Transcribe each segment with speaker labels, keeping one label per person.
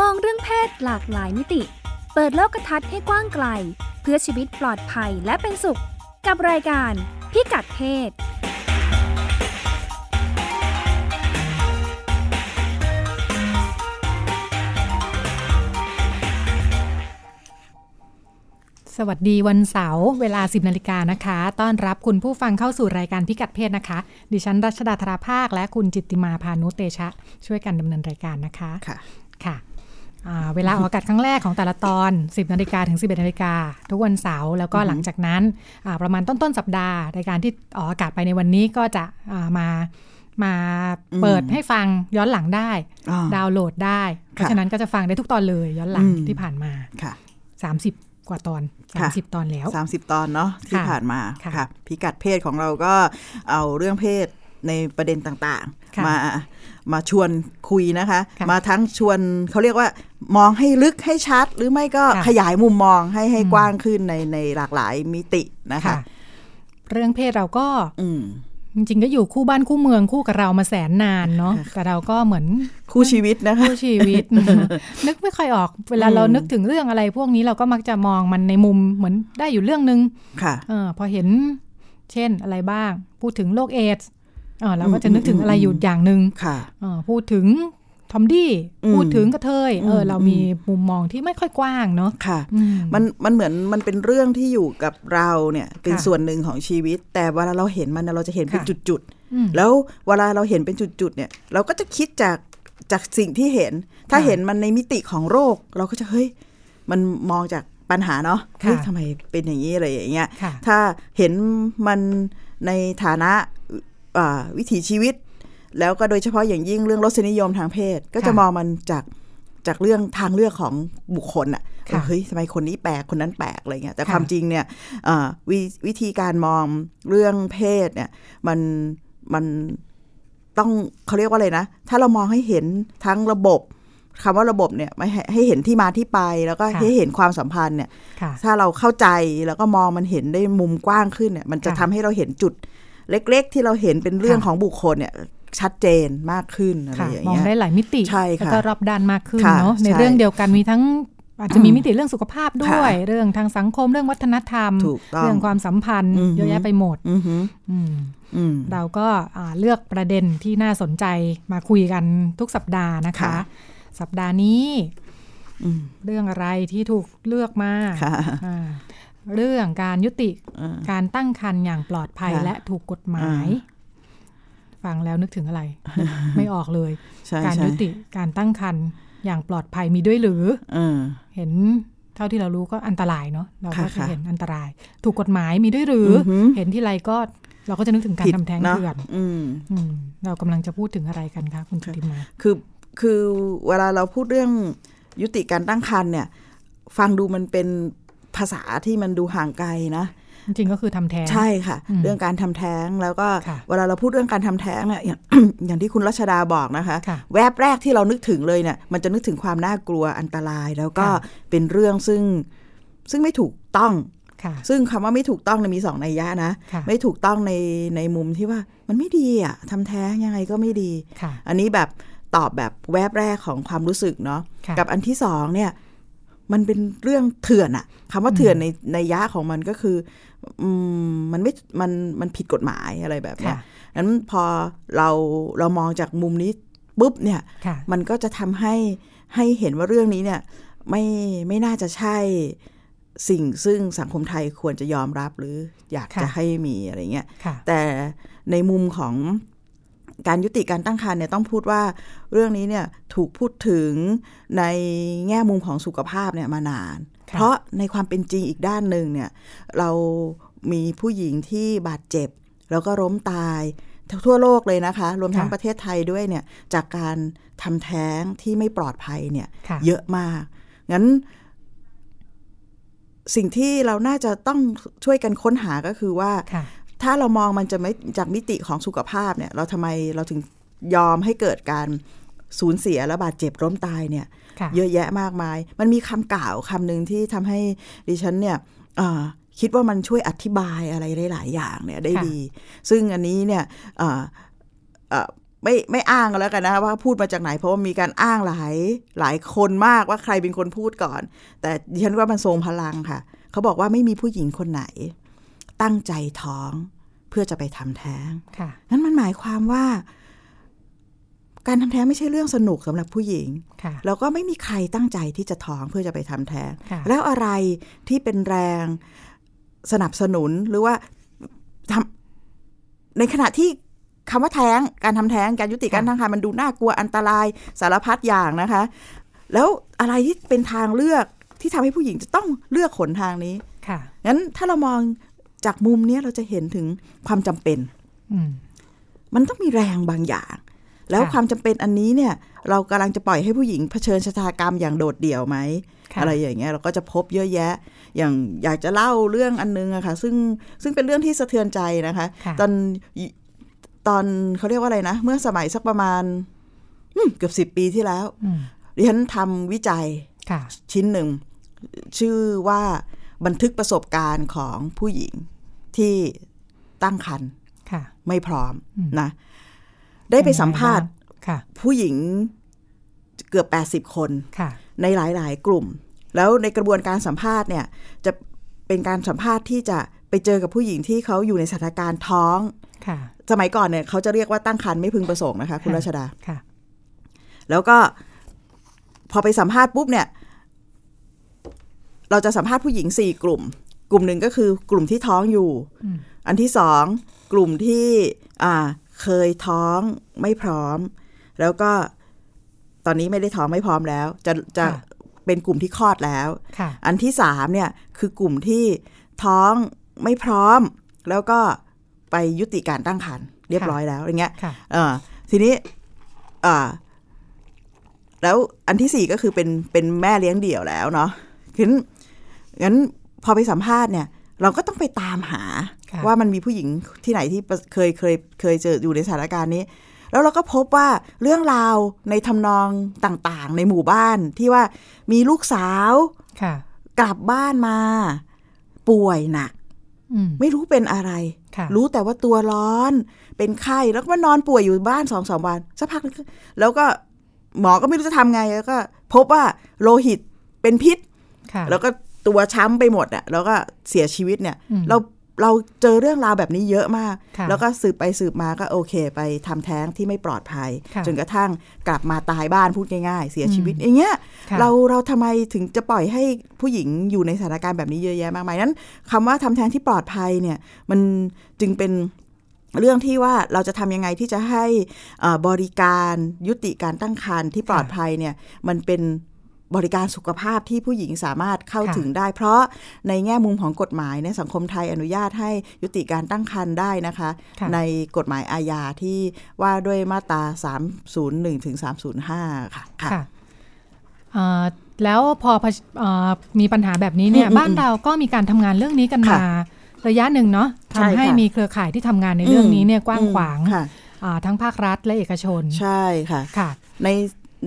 Speaker 1: ศหลากหลายมิติ เปิดโลกทัศน์ให้กว้างไกล เพื่อชีวิตปลอดภัยและเป็นสุข กับรายการพิกัดเพศ
Speaker 2: สวัสดีวันเสาร์เวลา 10นาฬิกานะคะ ต้อนรับคุณผู้ฟังเข้าสู่รายการพิกัดเพศนะคะ ดิฉันรัชดาธราภาค และคุณจิตติมาพานุเตชะ ช่วยกันดำเนินรายการนะคะ
Speaker 3: ค่ะ
Speaker 2: ค่ะอ่าเวลาออกอากาศครั้งแรกของแต่ละตอน 10นาฬิกาถึง 11นาฬิกาทุกวันเสาร์แล้วก็หลังจากนั้นอ่าประมาณต้นต้นๆสัปดาห์รายการที่ออกอากาศไปในวันนี้ก็จะอ่ามามาเปิด
Speaker 3: อืม
Speaker 2: ให้ฟังย้อนหลังได้
Speaker 3: อ่า
Speaker 2: ดาวน์โหลดได้ เพราะ
Speaker 3: ค่ะ
Speaker 2: ฉะนั้นก็จะฟังได้ทุกตอนเลยย้อนหลัง
Speaker 3: อืม
Speaker 2: ที่ผ่านมา
Speaker 3: ค่ะ
Speaker 2: 30 กว่าตอน
Speaker 3: ค่ะ
Speaker 2: 30 ตอนแล้ว
Speaker 3: 30 ตอนเนาะที่ผ่านมา
Speaker 2: ค่ะ
Speaker 3: ค่ะ พิกัดเพศของเราก็เอาเรื่องเพศในประเด็นต่าง
Speaker 2: ค่ะ
Speaker 3: ๆ มามาชวนคุยนะคะ
Speaker 2: ค่ะ
Speaker 3: มาทั้งชวนเขาเรียกว่ามองให้ลึกให้ชัด หรือไม่ก็
Speaker 2: ค่ะ
Speaker 3: ขยายมุมมองให้ให้
Speaker 2: อืม
Speaker 3: กว้างขึ้นในในหลากหลายมิตินะคะ
Speaker 2: ค่ะ เรื่องเพศเราก็
Speaker 3: อืม
Speaker 2: จริงๆก็อยู่คู่บ้านคู่เมืองคู่กับเรามาแสนนานเนาะแต่เราก็เหมือน
Speaker 3: คู่ชีวิตนะคะ
Speaker 2: คู่ชีวิต นึกไม่ค่อยออก เวลา
Speaker 3: อืม
Speaker 2: เรานึกถึงเรื่องอะไร พวกนี้เราก็มักจะมองมันในมุมเหมือนได้อยู่เรื่องนึง
Speaker 3: ค่ะ
Speaker 2: เออพอเห็น เช่นอะไรบ้าง พูดถึงโรคเอดส์เออเราก็จะ
Speaker 3: อืม
Speaker 2: นึกถึง
Speaker 3: อืม
Speaker 2: อะไร
Speaker 3: อืม
Speaker 2: อยู่อย่างหนึ่ง
Speaker 3: ค่ะ
Speaker 2: เออพูดถึงทอมดี้
Speaker 3: อืม
Speaker 2: พูดถึงกระเทยเอออ
Speaker 3: ม
Speaker 2: เรามีมุมมองที่ไม่ค่อยกว้างเนาะ
Speaker 3: ค่ะ
Speaker 2: อื
Speaker 3: มันมันเหมือนมันเป็นเรื่องที่อยู่กับเราเนี่ยเป็น
Speaker 2: ค่ะ
Speaker 3: ส่วนหนึ่งของชีวิต แต่เวลาเราเห็นมันนะเราจะเห็นเป็น
Speaker 2: ค่ะ
Speaker 3: จุดๆ
Speaker 2: อืม
Speaker 3: แล้วเวลาเราเห็นเป็นจุด ๆ เนี่ย เราก็จะคิดจากจากสิ่งที่เห็น ถ้า
Speaker 2: ค่ะ
Speaker 3: เห็นมันในมิติของโรค เราก็จะเฮ้ยมันมองจากปัญหาเนาะ
Speaker 2: ค่ะ
Speaker 3: เฮ้ยทำไมเป็นอย่างนี้อะไรอย่างเงี้ย
Speaker 2: ค่ะ
Speaker 3: ถ้าเห็นมันในฐานะอ่าวิถีชีวิต แล้วก็โดยเฉพาะอย่างยิ่งเรื่องรสนิยมทางเพศ ก็จะมองมันจากจากเรื่องทางเลือกของบุคคลอะ
Speaker 2: ค่ะ
Speaker 3: ะเฮ้ยทำไมคนนี้แปลกคนนั้นแปลกอะไรเงี้ยแต่
Speaker 2: ค่ะ
Speaker 3: ความจริงเนี่ยอ่าวิวิธีการมองเรื่องเพศเนี่ย มันมันต้องเขาเรียกว่าอะไรนะ ถ้าเรามองให้เห็นทั้งระบบคำว่าระบบเนี่ยไม่ให้ให้เห็นที่มาที่ไปแล้วก็
Speaker 2: ค่ะ
Speaker 3: ให้เห็นความสัมพันธ์เนี่ย
Speaker 2: ค่ะ
Speaker 3: ถ้าเราเข้าใจแล้วก็มองมันเห็นได้มุมกว้างขึ้นเนี่ย มันจะ
Speaker 2: ค่ะ
Speaker 3: ทำให้เราเห็นจุดเล็ก ๆ ที่เราเห็นเป็นเรื่อง
Speaker 2: ค่ะ
Speaker 3: ของบุคคลเนี่ย ชัดเจนมากขึ้นอะไร
Speaker 2: ค่ะ
Speaker 3: อย่าง
Speaker 2: มอง
Speaker 3: เงี้ย
Speaker 2: ได้หลายมิติ
Speaker 3: ใช่ค่ะ
Speaker 2: แล้วก็รอบด้านมากขึ้น
Speaker 3: ค่ะ
Speaker 2: เนาะใน
Speaker 3: ใช่
Speaker 2: เรื่องเดียวกันมีทั้งอาจจะมีมิติเรื่องสุขภาพด้วย
Speaker 3: ค่ะ
Speaker 2: เรื่องทางสังคมเรื่องวัฒนธรรม
Speaker 3: ถูกต้อง
Speaker 2: เรื่องความสัมพันธ์
Speaker 3: อือฮึ
Speaker 2: เยอะแยะไปหมด
Speaker 3: อือหือ
Speaker 2: อืม
Speaker 3: อืม
Speaker 2: เราก็อ่าเลือกประเด็นที่น่าสนใจมาคุยกันทุกสัปดาห์นะคะ
Speaker 3: ค่ะ
Speaker 2: สัปดาห์นี้
Speaker 3: อืม
Speaker 2: เรื่องอะไรที่ถูกเลือกมา
Speaker 3: ค่ะ
Speaker 2: อ่าเรื่องการยุติ
Speaker 3: อ่า
Speaker 2: การตั้งครรภ์อย่างปลอดภัย
Speaker 3: ค่ะ
Speaker 2: และถูกกฎหมาย
Speaker 3: อ่
Speaker 2: ฟังแล้วนึกถึงอะไร ไม่ออกเลย
Speaker 3: ใช่
Speaker 2: การ
Speaker 3: ใช่
Speaker 2: ยุติการตั้งครรภ์อย่างปลอดภัยมีด้วยหรือ
Speaker 3: เออ
Speaker 2: เห็นเท่าที่เรารู้ก็อันตรายเนาะเราก็
Speaker 3: ค่ะ
Speaker 2: เคย
Speaker 3: ค่ะ
Speaker 2: เห็นอันตราย ถูกกฎหมายมีด้วยหรืออ
Speaker 3: อหือ
Speaker 2: เห็นที่ไรก็เราก็จะนึกถึงการ
Speaker 3: ผิด
Speaker 2: ทำแท้ง
Speaker 3: เนอะ
Speaker 2: เถื่อน
Speaker 3: อืม
Speaker 2: อืมเรากำลังจะพูดถึงอะไรกันคะคุณจิติมา
Speaker 3: คือคือเวลาเราพูดเรื่องยุติการตั้งครรภ์เนี่ย ฟังดูมันเป็นภาษาที่มันดูห่างไกลนะ
Speaker 2: จริงๆก็คือทำแท้ง
Speaker 3: ใช่ค่ะ
Speaker 2: อืม
Speaker 3: เรื่องการทำแท้งแล้วก็
Speaker 2: ค่ะ
Speaker 3: เวลาเราพูดเรื่องการทำแท้งเนี่ย อย่าง อย่างที่คุณรัชดาบอกนะคะ
Speaker 2: ค่ะ
Speaker 3: แวบแรกที่เรานึกถึงเลยเนี่ยมันจะนึกถึงความน่ากลัวอันตราย แล้วก็
Speaker 2: ค่ะ
Speaker 3: เป็นเรื่องซึ่งซึ่งไม่ถูกต้อง
Speaker 2: ค่ะ
Speaker 3: ซึ่งคำว่าไม่ถูกต้องเนี่ยมีสองนัยยะนะ
Speaker 2: ค่ะ
Speaker 3: ไม่ถูกต้องในในมุมที่ว่ามันไม่ดีอะทำแท้งยังไงก็ไม่ดี
Speaker 2: ค่ะ
Speaker 3: อันนี้แบบตอบแบบแวบแรกของความรู้สึกเนาะ
Speaker 2: ค่ะ
Speaker 3: กับอันที่สองเนี่ย มันเป็นเรื่องเถื่อนอะคำว่าเถื่อนในในยะของมันก็คืออืมมันไม่มันมันผิดกฎหมายอะไรแบบเนี้
Speaker 2: ค่ะ
Speaker 3: ยนั้นพอเราเรามองจากมุมนี้ปุ๊บเนี่ย
Speaker 2: ค่ะ
Speaker 3: มันก็จะทำให้ให้เห็นว่าเรื่องนี้เนี่ย ไม่ไม่น่าจะใช่สิ่งซึ่งสังคมไทยควรจะยอมรับหรืออยาก
Speaker 2: ค่ะ
Speaker 3: จะให้มีอะไรเงี้ย
Speaker 2: ค่ะ
Speaker 3: แต่ในมุมของการยุติการตั้งครรภ์เนี่ยต้องพูดว่าเรื่องนี้เนี่ยถูกพูดถึงในแง่มุมของสุขภาพเนี่ยมานาน
Speaker 2: ค่ะ
Speaker 3: เพราะในความเป็นจริงอีกด้านหนึ่งเนี่ยเรามีผู้หญิงที่บาดเจ็บ แล้วก็ล้มตายทั่วโลกเลยนะคะ รวมทั้งประเทศไทยด้วยเนี่ยจากการทำแท้งที่ไม่ปลอดภัยเนี่ย
Speaker 2: ค่ะ
Speaker 3: เยอะมาก งั้น สิ่งที่เราน่าจะต้องช่วยกันค้นหาก็คือว่า
Speaker 2: ค่ะ
Speaker 3: ถ้าเรามองมันจะไม่จากมิติของสุขภาพเนี่ย เราทำไมเราถึงยอมให้เกิดการสูญเสียและบาดเจ็บล้มตายเนี่ย
Speaker 2: ค่ะ
Speaker 3: เยอะแยะมากมาย มันมีคำกล่าวคำหนึ่งที่ทำให้ดิฉันเนี่ยเอ่อคิดว่ามันช่วยอธิบายอะไรหลาย ๆ อย่างเนี่ยได้
Speaker 2: ค่ะ
Speaker 3: ดี ซึ่งอันนี้เนี่ยเอ่อเอ่อ ไม่ไม่อ้างกันแล้วกันนะคะว่าพูดมาจากไหนเพราะว่ามีการอ้างหลายหลายคนมากว่าใครเป็นคนพูดก่อน แต่ดิฉันว่ามันทรงพลังค่ะ เขาบอกว่าไม่มีผู้หญิงคนไหน ตั้งใจท้องเพื่อจะไปทำแท้ง
Speaker 2: ค่ะ
Speaker 3: นั้นมันหมายความว่า การทำแท้งไม่ใช่เรื่องสนุกสำหรับผู้หญิง
Speaker 2: ค่ะ
Speaker 3: แล้วก็ไม่มีใครตั้งใจที่จะท้องเพื่อจะไปทำแท้ง
Speaker 2: ค่ะ
Speaker 3: แล้วอะไรที่เป็นแรงสนับสนุนหรือว่าทำในขณะที่คำว่าแท้ง การทำแท้งการยุติการ
Speaker 2: ค่ะ
Speaker 3: ตั้งครรภ์มันดูน่ากลัวอันตรายสารพัดอย่างนะคะ แล้วอะไรที่เป็นทางเลือกที่ทำให้ผู้หญิงจะต้องเลือกขนทางนี้
Speaker 2: ค่ะ
Speaker 3: งั้นถ้าเรามองจากมุมเนี้ยเราจะเห็นถึงความจำเป็น
Speaker 2: อืม
Speaker 3: มันต้องมีแรงบางอย่าง แล้ว
Speaker 2: ค่ะ
Speaker 3: ความจำเป็นอันนี้เนี่ย เรากำลังจะปล่อยให้ผู้หญิงเผชิญชะตากรรมอย่างโดดเดี่ยวไหม
Speaker 2: ค่ะ
Speaker 3: อะไรอย่างเงี้ยเราก็จะพบเยอะแยะ อย่างอยากจะเล่าเรื่องอันนึงอะค่ะ ซึ่งซึ่งเป็นเรื่องที่สะเทือนใจนะคะ
Speaker 2: ค่ะ
Speaker 3: ตอนตอนเขาเรียกว่าอะไรนะ เมื่อสมัยสักประมาณอืมเกือบสิบ10 ปีที่แล้ว
Speaker 2: อืม
Speaker 3: ดิฉันทำวิจัย
Speaker 2: ค่ะ
Speaker 3: ชิ้นหนึ่ง ชื่อว่าบันทึกประสบการณ์ของผู้หญิงที่ตั้งครรภ์
Speaker 2: ค่ะ
Speaker 3: ไม่พร้อม
Speaker 2: อืม
Speaker 3: นะ ได้ไปสัมภาษณ์
Speaker 2: ค่ะ
Speaker 3: ผู้หญิงเกือบ 80 คน
Speaker 2: ค่ะ
Speaker 3: ในหลาย ๆ กลุ่ม แล้วในกระบวนการสัมภาษณ์เนี่ย จะเป็นการสัมภาษณ์ที่จะไปเจอกับผู้หญิงที่เขาอยู่ในสถานการณ์ท้อง
Speaker 2: ค่ะ
Speaker 3: สมัยก่อนเนี่ยเขาจะเรียกว่าตั้งครรภ์ไม่พึงประสงค์นะคะคุณ
Speaker 2: ค่ะ
Speaker 3: รัชดา
Speaker 2: ค่ะ
Speaker 3: แล้วก็พอไปสัมภาษณ์ปุ๊บเนี่ย เราจะสัมภาษณ์ผู้หญิงสี่กลุ่ม กลุ่มหนึ่งก็คือกลุ่มที่ท้องอยู่
Speaker 2: อืม
Speaker 3: อันที่สองกลุ่มที่อ่าเคยท้องไม่พร้อม แล้วก็ตอนนี้ไม่ได้ท้องไม่พร้อมแล้ว จะจะ
Speaker 2: ค่ะ
Speaker 3: เป็นกลุ่มที่คลอดแล้ว
Speaker 2: ค่ะ
Speaker 3: อันที่สามเนี่ยคือกลุ่มที่ท้องไม่พร้อม แล้วก็ไปยุติการตั้งครรภ์เรียบร้อยแล้วอย่างเงี้ย
Speaker 2: ค่ะ
Speaker 3: เออทีนี้อ่าแล้วอันที่สี่ก็คือเป็นเป็นแม่เลี้ยงเดี่ยวแล้วเนาะงั้นงั้นพอไปสัมภาษณ์เนี่ย เราก็ต้องไปตามหา
Speaker 2: ค่ะ
Speaker 3: ว่ามันมีผู้หญิงที่ไหนที่ประเคยเคยเคยเจออยู่ในสถานการณ์นี้ แล้วเราก็พบว่าเรื่องราวในทำนองต่างๆ ในหมู่บ้านที่ว่ามีลูกสาว
Speaker 2: ค่ะ
Speaker 3: กลับบ้านมา ป่วยหนัก
Speaker 2: อืม
Speaker 3: ไม่รู้เป็นอะไร
Speaker 2: ค่ะ
Speaker 3: รู้แต่ว่าตัวร้อนเป็นไข้แล้วก็มานอนป่วยอยู่บ้านสองสามวันสักพักหนึ่งแล้วก็หมอก็ไม่รู้จะทำไงแล้วก็ พบว่าโลหิตเป็นพิษ
Speaker 2: ค่ะ
Speaker 3: แล้วก็ตัวช้ำไปหมดอ่ะแล้วก็เสียชีวิตเนี่ย
Speaker 2: อืม
Speaker 3: เราเราเจอเรื่องราวแบบนี้เยอะมาก
Speaker 2: ค่ะ
Speaker 3: แล้วก็สืบไปสืบมาก็โอเค ไปทำแท้งที่ไม่ปลอดภัย
Speaker 2: ค่ะ
Speaker 3: จนกระทั่งกลับมาตายบ้านพูดง่ายๆ เสียชีวิต
Speaker 2: อืม
Speaker 3: อย่างเงี้ย
Speaker 2: ค่ะ
Speaker 3: เราเราทำไมถึงจะปล่อยให้ผู้หญิงอยู่ในสถานการณ์แบบนี้เยอะแยะมากมายนั้นคำว่าทำแท้งที่ปลอดภัยเนี่ยมันจึงเป็นเรื่องที่ว่าเราจะทำยังไงที่จะให้เอ่อบริการยุติการตั้งครรภ์ที่ปลอดภัยเนี่ยมันเป็นบริการสุขภาพที่ผู้หญิงสามารถเข้า
Speaker 2: ค่ะ
Speaker 3: ถึงได้ เพราะในแง่มุมของกฎหมายเนี่ยสังคมไทยอนุญาตให้ยุติการตั้งครรภ์ได้นะคะ
Speaker 2: ค่ะ
Speaker 3: ในกฎหมายอาญาที่ว่าด้วยมาตรา 301ถึง305 ค่ะค่ะ
Speaker 2: ค่ะเอ่อแล้วพอเผชเอ่อมีปัญหาแบบนี้เนี่ย
Speaker 3: อืมอืม
Speaker 2: บ้านเราก็มีการทำงานเรื่องนี้กันมา
Speaker 3: ค่ะ
Speaker 2: ระยะหนึ่งเนาะ
Speaker 3: ใช่ค่ะ
Speaker 2: ทำให้มีเครือข่ายที่ทำงานในเรื่อง
Speaker 3: อืม
Speaker 2: นี้เนี่ยกว้างขวาง
Speaker 3: ค่ะ
Speaker 2: อ่าทั้งภาครัฐและเอกชน
Speaker 3: ใช่ค่ะ
Speaker 2: ค่ะ
Speaker 3: ใน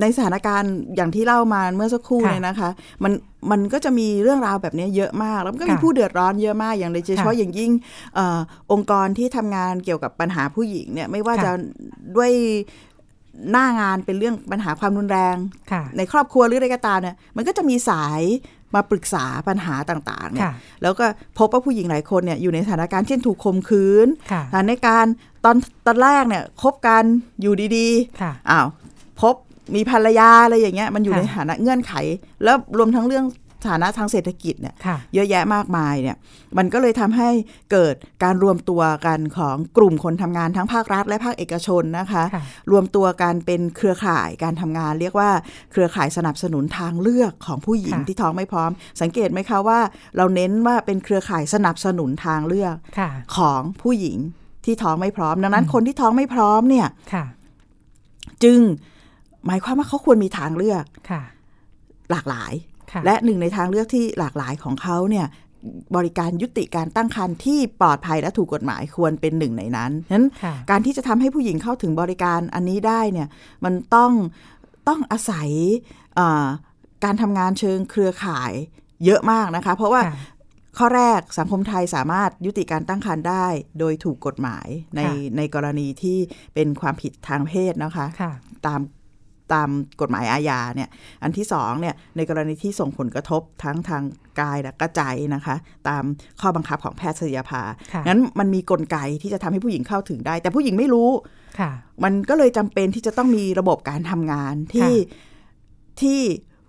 Speaker 3: ในสถานการณ์อย่างที่เล่ามาเมื่อสักครู่
Speaker 2: ค่ะ
Speaker 3: เนี่ยนะคะ มันมันก็จะมีเรื่องราวแบบนี้เยอะมาก แล้วมันก็มี
Speaker 2: ค่ะ
Speaker 3: ผู้เดือดร้อนเยอะมากอย่างโดยเฉพาะ
Speaker 2: ค่ะ
Speaker 3: อย่างยิ่งเออองค์กรที่ทำงานเกี่ยวกับปัญหาผู้หญิงเนี่ยไม่ว่า
Speaker 2: ค่ะ
Speaker 3: จะด้วยหน้างานเป็นเรื่องปัญหาความรุนแรง
Speaker 2: ค่ะ
Speaker 3: ในครอบครัวหรืออะไรก็ตามเนี่ยมันก็จะมีสายมาปรึกษาปัญหาต่างๆเนี่ย
Speaker 2: ค่ะ
Speaker 3: แล้วก็พบว่าผู้หญิงหลายคนเนี่ยอยู่ในสถานการณ์เช่นถูกข่มขืน
Speaker 2: ค่ะ
Speaker 3: สถานการณ์ตอนตอนแรกเนี่ยคบกันอยู่ดีๆ
Speaker 2: ค่ะ
Speaker 3: อ้าวพบมีภรรยาอะไรอย่างเงี้ยมันอยู่
Speaker 2: ค่ะ
Speaker 3: ในฐานะเงื่อนไข แล้วรวมทั้งเรื่องฐานะทางเศรษฐกิจเนี่ย
Speaker 2: ค่ะ
Speaker 3: เยอะแยะมากมายเนี่ยมันก็เลยทำให้เกิดการรวมตัวกันของกลุ่มคนทำงานทั้งภาครัฐและภาคเอกชนนะคะ
Speaker 2: ค่ะ
Speaker 3: รวมตัวกันเป็นเครือข่ายการทำงาน เรียกว่าเครือข่ายสนับสนุนทางเลือกของผู้หญิง
Speaker 2: ค่ะ
Speaker 3: ที่ท้องไม่พร้อม สังเกตไหมคะว่า เราเน้นว่าเป็นเครือข่ายสนับสนุนทางเลือก
Speaker 2: ค่ะ
Speaker 3: ของผู้หญิงที่ท้องไม่พร้อม ดังนั้นคนที่ท้องไม่พร้อมเนี่ย
Speaker 2: ค่ะ
Speaker 3: จึงหมายความว่าเขาควรมีทางเลือก
Speaker 2: ค่ะ
Speaker 3: หลากหลาย
Speaker 2: ค่ะ
Speaker 3: และหนึ่งในทางเลือกที่หลากหลายของเขาเนี่ยบริการยุติการตั้งครรภ์ที่ปลอดภัยและถูกกฎหมายควรเป็นหนึ่งในนั้นนั้น
Speaker 2: ค่ะ
Speaker 3: การที่จะทำให้ผู้หญิงเข้าถึงบริการอันนี้ได้เนี่ยมันต้องต้องอาศัยเอ่อการทำงานเชิงเครือข่ายเยอะมากนะคะ เพราะว่า
Speaker 2: ค่ะ
Speaker 3: ข้อแรกสังคมไทยสามารถยุติการตั้งครรภ์ได้ โดยถูกกฎหมายใน
Speaker 2: ค่ะ
Speaker 3: ในกรณีที่เป็นความผิดทางเพศนะคะ
Speaker 2: ค่ะ
Speaker 3: ตามตามกฎหมายอาญาเนี่ยอันที่สองเนี่ยในกรณีที่ส่งผลกระทบทั้งทางกายและก็ใจนะคะ ตามข้อบังคับของแพทย์ยภา
Speaker 2: ค่ะ
Speaker 3: งั้นมันมีกลไกที่จะทำให้ผู้หญิงเข้าถึงได้ แต่ผู้หญิงไม่รู้
Speaker 2: ค่ะ
Speaker 3: มันก็เลยจำเป็นที่จะต้องมีระบบการทำงานที่ที่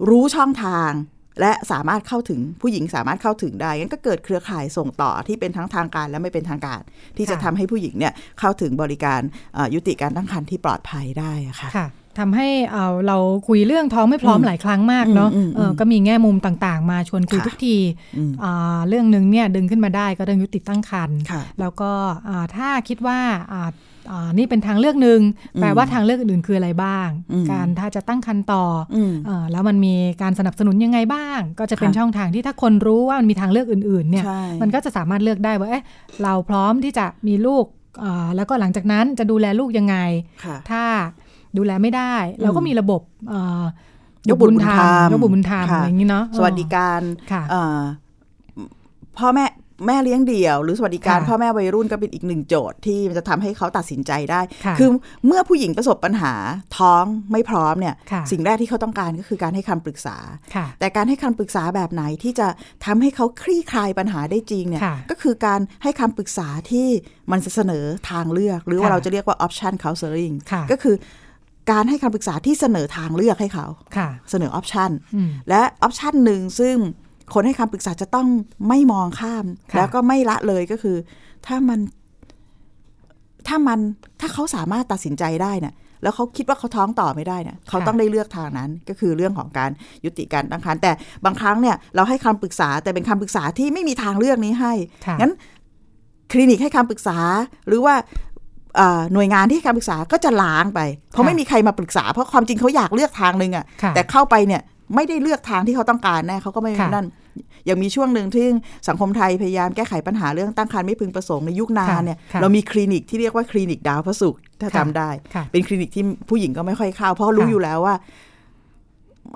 Speaker 3: รู้ช่องทาง และสามารถเข้าถึงผู้หญิงสามารถเข้าถึงได้งั้นก็เกิดเครือข่ายส่งต่อที่เป็นทั้งทางการและไม่เป็นทางการ ที่จะ
Speaker 2: ค่ะ
Speaker 3: ทำให้ผู้หญิงเนี่ยเข้าถึงบริการเอ่อยุติการตั้งครรภ์ที่ปลอดภัยได้อะค่ะ
Speaker 2: ค่ะทำให้เอ่อเราคุยเรื่องท้องไม่พร้อม
Speaker 3: อืม
Speaker 2: หลายครั้งมากเนาะ
Speaker 3: อืมอืม
Speaker 2: เออก็มีแง่มุมต่างๆ มาชวนคุย
Speaker 3: ค่ะ
Speaker 2: ทุกที
Speaker 3: อืม
Speaker 2: อ่าเรื่องหนึ่งเนี่ยดึงขึ้นมาได้ก็เรื่องยุติตั้งครรภ์
Speaker 3: ค่ะ
Speaker 2: แล้วก็อ่าถ้าคิดว่าอ่าอ่านี่เป็นทางเลือกหนึ่ง
Speaker 3: อืม
Speaker 2: แปลว่าทางเลือกอื่นๆคืออะไรบ้าง
Speaker 3: อืม
Speaker 2: การถ้าจะตั้งครรภ์ต่ออ
Speaker 3: อืม
Speaker 2: เอ่อแล้วมันมีการสนับสนุนยังไงบ้าง ก็จะเป็น
Speaker 3: ค่ะ
Speaker 2: ช่องทางที่ถ้าคนรู้ว่ามันมีทางเลือกอื่นๆเนี่ย
Speaker 3: ใช่
Speaker 2: มันก็จะสามารถเลือกได้ว่าเอ๊ะเราพร้อมที่จะมีลูกอ่าแล้วก็หลังจากนั้นจะดูแลลูกยังไง
Speaker 3: ค่ะ
Speaker 2: ถ้าดูแลไม่ได้ เราก็มีระบบเอ่อย
Speaker 3: กบุตรบุญธรรม
Speaker 2: ยกบุตรบุญธรรม
Speaker 3: ค่ะ
Speaker 2: อะไรอย่างนี้เนาะ
Speaker 3: สวัสดิการ
Speaker 2: ค่ะ
Speaker 3: เอ่อพ่อแม่แม่เลี้ยงเดี่ยว หรือสวัสดิการ
Speaker 2: ค่ะ
Speaker 3: พ่อแม่วัยรุ่นก็เป็นอีกหนึ่งโจทย์ที่มันจะทำให้เขาตัดสินใจได้
Speaker 2: ค่ะ
Speaker 3: คือเมื่อผู้หญิงประสบปัญหาท้องไม่พร้อมเนี่ย
Speaker 2: ค่ะ
Speaker 3: สิ่งแรกที่เขาต้องการก็คือการให้คำปรึกษา
Speaker 2: ค่ะ
Speaker 3: แต่การให้คำปรึกษาแบบไหนที่จะทำให้เขาคลี่คลายปัญหาได้จริงเนี่ย
Speaker 2: ค่ะ
Speaker 3: ก็คือการให้คำปรึกษาที่มันเสนอทางเลือก หรือว่า
Speaker 2: ค่ะ
Speaker 3: เราจะเรียกว่า option counseling
Speaker 2: ค่ะ
Speaker 3: ก็คือการให้คำปรึกษาที่เสนอทางเลือกให้เขา
Speaker 2: ค่ะ
Speaker 3: เสนอ option
Speaker 2: อืม
Speaker 3: และ option หนึ่งซึ่งคนให้คำปรึกษาจะต้องไม่มองข้าม
Speaker 2: ค่ะ
Speaker 3: แล้วก็ไม่ละเลยก็คือ ถ้ามัน ถ้ามันถ้าเขาสามารถตัดสินใจได้เนี่ยแล้วเขาคิดว่าเขาท้องต่อไม่ได้เนี่ยเขาต้องได้เลือกทางนั้น ก็คือเรื่องของการยุติการตั้งครรภ์แต่บางครั้งเนี่ยเราให้คำปรึกษาแต่เป็นคำปรึกษาที่ไม่มีทางเลือกนี้ให้
Speaker 2: ค่ะ
Speaker 3: งั้น คลินิกให้คำปรึกษาหรือว่าเอ่อหน่วยงานที่ให้คำปรึกษาก็จะล้างไปเพราะไม่มีใครมาปรึกษา เพราะความจริงเขาอยากเลือกทางหนึ่งอะ
Speaker 2: ค่ะ
Speaker 3: แต่เข้าไปเนี่ยไม่ได้เลือกทางที่เขาต้องการแน่เขาก็ไม่
Speaker 2: ค่ะ
Speaker 3: นั่นอย่างมีช่วงหนึ่งที่สังคมไทยพยายามแก้ไขปัญหาเรื่องตั้งครรภ์ไม่พึงประสงค์ในยุคนานเนี่ย
Speaker 2: ค่ะ
Speaker 3: เรามีคลินิกที่เรียกว่าคลินิกดาวพระศุกร์ถ้า
Speaker 2: ค่ะ
Speaker 3: จำได้
Speaker 2: ค่ะ
Speaker 3: เป็นคลินิกที่ผู้หญิงก็ไม่ค่อยเข้า เพราะรู้
Speaker 2: ค่ะ
Speaker 3: อยู่แล้วว่า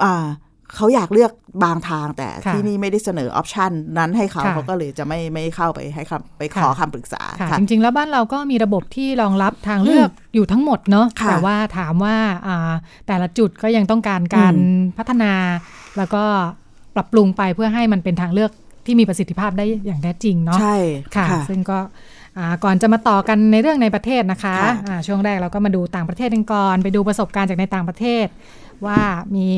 Speaker 3: อ่าเขาอยากเลือกบางทางแต่
Speaker 2: ค่ะ
Speaker 3: ที่นี่ไม่ได้เสนอออปชันนั้นให้เขา
Speaker 2: ค่ะ
Speaker 3: เขาก็เลยจะไม่ไม่เข้าไปให้คำไปขอ
Speaker 2: ค่ะ
Speaker 3: คำปรึกษา
Speaker 2: ค่ะ
Speaker 3: ค่ะ
Speaker 2: จริงๆ แล้วบ้านเราก็มีระบบที่รองรับทางเลือกอยู่ทั้งหมดเนาะ
Speaker 3: ค่ะ
Speaker 2: แต่ว่าถามว่าอ่าแต่ละจุดก็ยังต้องการการ
Speaker 3: อื
Speaker 2: พัฒนา แล้วก็ปรับปรุงไปเพื่อให้มันเป็นทางเลือกที่มีประสิทธิภาพได้อย่างแท้จริงเนาะ
Speaker 3: ใช่
Speaker 2: ค่ะ
Speaker 3: ค่ะ
Speaker 2: ซึ่งก็อ่าก่อนจะมาต่อกันในเรื่องในประเทศนะคะ
Speaker 3: ค่ะ
Speaker 2: อ่าช่วงแรกเราก็มาดูต่างประเทศกันก่อน ไปดูประสบการณ์จากในต่างประเทศ ว่ามี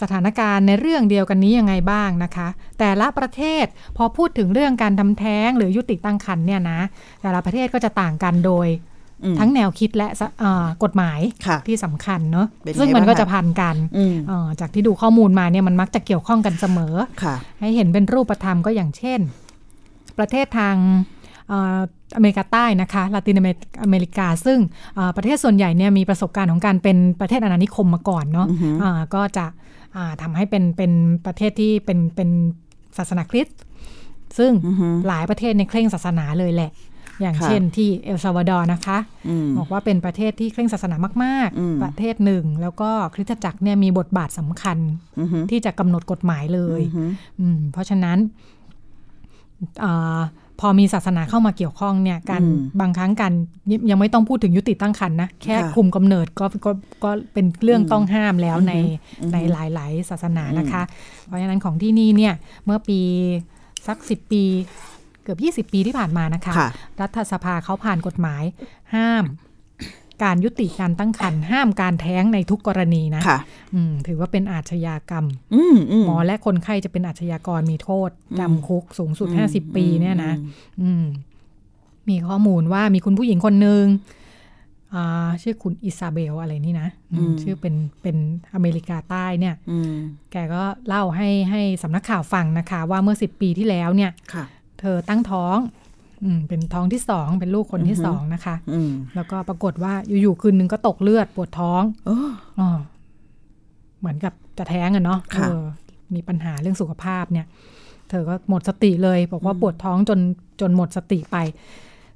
Speaker 2: สถานการณ์ในเรื่องเดียวกันนี้ยังไงบ้างนะคะ แต่ละประเทศพอพูดถึงเรื่องการทำแท้งหรือยุติตั้งครรภ์เนี่ยนะ แต่ละประเทศก็จะต่างกันโดย
Speaker 3: อืม
Speaker 2: ทั้งแนวคิดและสะเอ่อกฎหมาย
Speaker 3: ค่ะ
Speaker 2: ที่สำคัญเนาะ
Speaker 3: เป็นไง
Speaker 2: ซึ่งมัน
Speaker 3: บ้า
Speaker 2: ก็
Speaker 3: งคะ
Speaker 2: จะพันกัน
Speaker 3: อืม
Speaker 2: เอ่อจากที่ดูข้อมูลมาเนี่ยมันมักจะเกี่ยวข้องกันเสมอ
Speaker 3: ค่ะ
Speaker 2: ให้เห็นเป็นรูปธรรมก็อย่างเช่น ประเทศทางเอ่ออเมริกาใต้นะคะลาตินอเมริอเมริกา ซึ่งเอ่อประเทศส่วนใหญ่เนี่ยมีประสบการณ์ของการเป็นประเทศอาณานิคมมาก่อนเนาะ
Speaker 3: อือฮึ
Speaker 2: อ่าก็จะอ่าทำาให้เป็นเป็นประเทศที่เป็นเป็นศาสนาคริสต์ซึ่ง
Speaker 3: อือฮึ
Speaker 2: หลายประเทศในยเคร่งศาสนาเลยแหละ อย่าง
Speaker 3: ค่ะ
Speaker 2: เช่นที่เอลซาวาดอร์นะคะ
Speaker 3: อืม
Speaker 2: บอกว่าเป็นประเทศที่เคร่งศาสนามาก
Speaker 3: อืม
Speaker 2: ๆ ประเทศหนึ่ง แล้วก็คริสตจักรเนี่ยมีบทบาทสำคัญ
Speaker 3: อือฮึ
Speaker 2: ที่จะกำหนดกฎหมายเลย
Speaker 3: อือฮึ
Speaker 2: อืมเพราะฉะนั้นอาพอมีศาสนาเข้ามาเกี่ยวข้องเนี่ยการ
Speaker 3: อืม
Speaker 2: บางครั้งการยังยังไม่ต้องพูดถึงยุติตั้งครรภ์นะ แค่
Speaker 3: ค่ะ
Speaker 2: คุมกำเนิดก็ก็ก็เป็นเรื่อง
Speaker 3: อืม
Speaker 2: ต้องห้ามแล้ว
Speaker 3: อือฮึ
Speaker 2: ใน
Speaker 3: อือฮึ
Speaker 2: ในหลายๆ ศาสนานะคะ เพราะฉะนั้นของที่นี่เนี่ยเมื่อปีสักสิบปีเกือบ 20 ปีที่ผ่านมานะคะ
Speaker 3: ค่ะ
Speaker 2: รัฐสภาเขาผ่านกฎหมาย ห้าม การยุติการตั้งครรภ์ห้ามการแท้งในทุกกรณีนะ
Speaker 3: ค่ะ
Speaker 2: อืมถือว่าเป็นอาชญากรรม
Speaker 3: อืมอืม
Speaker 2: หมอและคนไข้จะเป็นอาชญากรมีโทษ
Speaker 3: อืม
Speaker 2: จำคุกสูงสุด
Speaker 3: อืม
Speaker 2: 50 ปีเนี่ยนะ
Speaker 3: อืม
Speaker 2: อืม มีข้อมูลว่ามีคุณผู้หญิงคนหนึ่งอ่าชื่อคุณอิซาเบลอะไรนี่นะอืม
Speaker 3: อืม
Speaker 2: ชื่อเป็นเป็นอเมริกาใต้เนี่ย
Speaker 3: อืม
Speaker 2: แกก็เล่าให้ให้สำนักข่าวฟังนะคะ ว่าเมื่อ 10 ปีที่แล้วเนี่ย
Speaker 3: ค่ะ
Speaker 2: เธอตั้งท้องอืมเป็นท้องที่สองเป็นลูกคนที่สองนะคะ
Speaker 3: อืม
Speaker 2: แล้วก็ปรากฏว่าอยู่ๆคืนนึงก็ตกเลือดปวดท้อง
Speaker 3: โอ้
Speaker 2: อ๋อเหมือนกับจะแท้งอะเนาะ
Speaker 3: ค่ะ
Speaker 2: เออมีปัญหาเรื่องสุขภาพเนี่ย เธอก็หมดสติเลย บอกว่าปวดท้องจนจนหมดสติไป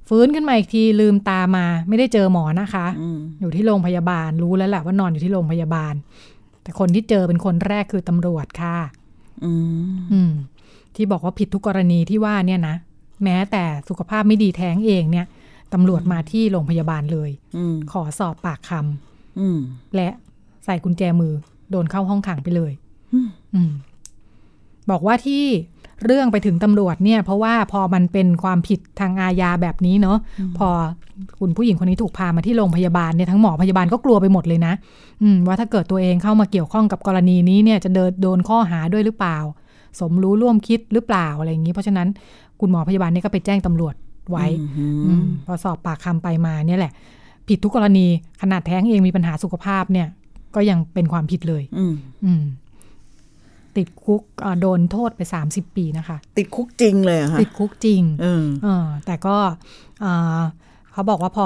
Speaker 2: ฟื้นขึ้นมาอีกทีลืมตามา ไม่ได้เจอหมอนะคะ
Speaker 3: อืม
Speaker 2: อยู่ที่โรงพยาบาลรู้แล้วแหละว่านอนอยู่ที่โรงพยาบาล แต่คนที่เจอเป็นคนแรกคือตำรวจค่ะ
Speaker 3: อืม
Speaker 2: อืม ที่บอกว่าผิดทุกกรณีที่ว่าเนี่ยนะ แม้แต่สุขภาพไม่ดีแท้งเองเนี่ยตำรวจมาที่โรงพยาบาลเลย
Speaker 3: อืม
Speaker 2: ขอสอบปากค
Speaker 3: อืม
Speaker 2: ำและใส่กุญแจมือ โดนเข้าห้องขังไปเลย
Speaker 3: อืม
Speaker 2: อืม บอกว่าที่เรื่องไปถึงตำรวจเนี่ย เพราะว่าพอมันเป็นความผิดทางอาญาแบบนี้เนาะพอคุณผู้หญิงคนนี้ถูกพามาที่โรงพยาบาลเนี่ยทั้งหมอพยาบาลก็กลัวไปหมดเลยนะอืม ว่าถ้าเกิดตัวเองเข้ามาเกี่ยวข้องกับกรณีนี้เนี่ยจะเดินโดนข้อหาด้วยหรือเปล่า สมรู้ร่วมคิดหรือเปล่าอะไรอย่างนี้ เพราะฉะนั้นคุณหมอพยาบาลเนี่ยก็ไปแจ้งตำรวจไว้
Speaker 3: อืม
Speaker 2: อมพอสอบปากคำไปมาเนี่ยแหละ ผิดทุกกรณีขนาดแท้งเองมีปัญหาสุขภาพเนี่ย ก็ยังเป็นความผิดเลย
Speaker 3: อืม
Speaker 2: อืม ติดคุกเอ่อโดนโทษไป 30 ปีนะคะ
Speaker 3: ติดคุกจริงเลยเหรอค่ะ
Speaker 2: ติดคุกจริง
Speaker 3: เออ
Speaker 2: เออแต่ก็เอ่อเขาบอกว่าพอ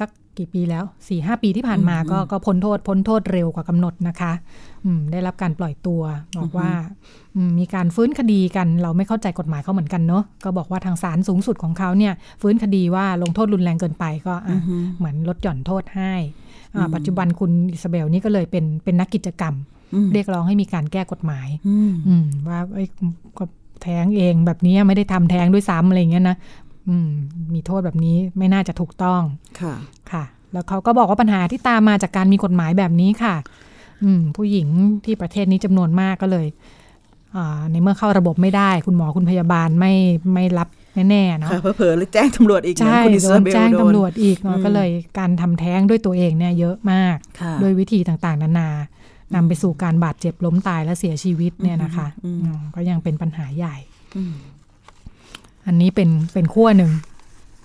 Speaker 2: สักกี่ปีแล้วสี่ห้าปีที่ผ่านมา ก็ก็พ้นโทษ พ้นโทษเร็วกว่ากำหนดนะคะอืมได้รับการปล่อยตัวบอกว่าอืมมีการฟื้นคดีกัน เราไม่เข้าใจกฎหมายเขาเหมือนกันเนอะก็บอกว่าทางศาลสูงสุดของเขาเนี่ย ฟื้นคดีว่าลงโทษรุนแรงเกินไปก็อ่ะ เหมือนลดหย่อนโทษให้อ่าปัจจุบันคุณอิซาเบลนี่ก็เลยเป็นเป็นนักกิจกรรม
Speaker 3: อืม
Speaker 2: เรียกร้องให้มีการแก้กฎหมาย
Speaker 3: อืม
Speaker 2: อืม ว่าเอ้ยก็แท้งเองแบบนี้ไม่ได้ทำแท้งด้วยซ้ำอะไรอย่างเงี้ยนะอืม มีโทษแบบนี้ไม่น่าจะถูกต้อง
Speaker 3: ค่ะ
Speaker 2: ค่ะ แล้วเขาก็บอกว่าปัญหาที่ตามมาจากการมีกฎหมายแบบนี้ค่ะ อืม ผู้หญิงที่ประเทศนี้จำนวนมากก็เลยอ่าในเมื่อเข้าระบบไม่ได้ คุณหมอคุณพยาบาลไม่ไม่รับแน่ๆเนาะ
Speaker 3: ค่ะเผลอๆแล้วแจ้งตำรวจอีกเหมือน
Speaker 2: ใช่
Speaker 3: คุณอิส
Speaker 2: โด
Speaker 3: ราน เบล
Speaker 2: แจ้ง
Speaker 3: โดน
Speaker 2: ตำรวจอีก
Speaker 3: อื
Speaker 2: เนาะ
Speaker 3: ม
Speaker 2: ก็เลยการทำแท้งด้วยตัวเองเนี่ยเยอะมาก
Speaker 3: ค่ะ
Speaker 2: ด้วยวิธีต่างๆ นานานำไปสู่การบาดเจ็บล้มตายและเสียชีวิตเนี่ยนะคะ
Speaker 3: อืม
Speaker 2: อืมก็ยังเป็นปัญหาใหญ่
Speaker 3: อืม
Speaker 2: อันนี้เป็นเป็นขั้วหนึ่ง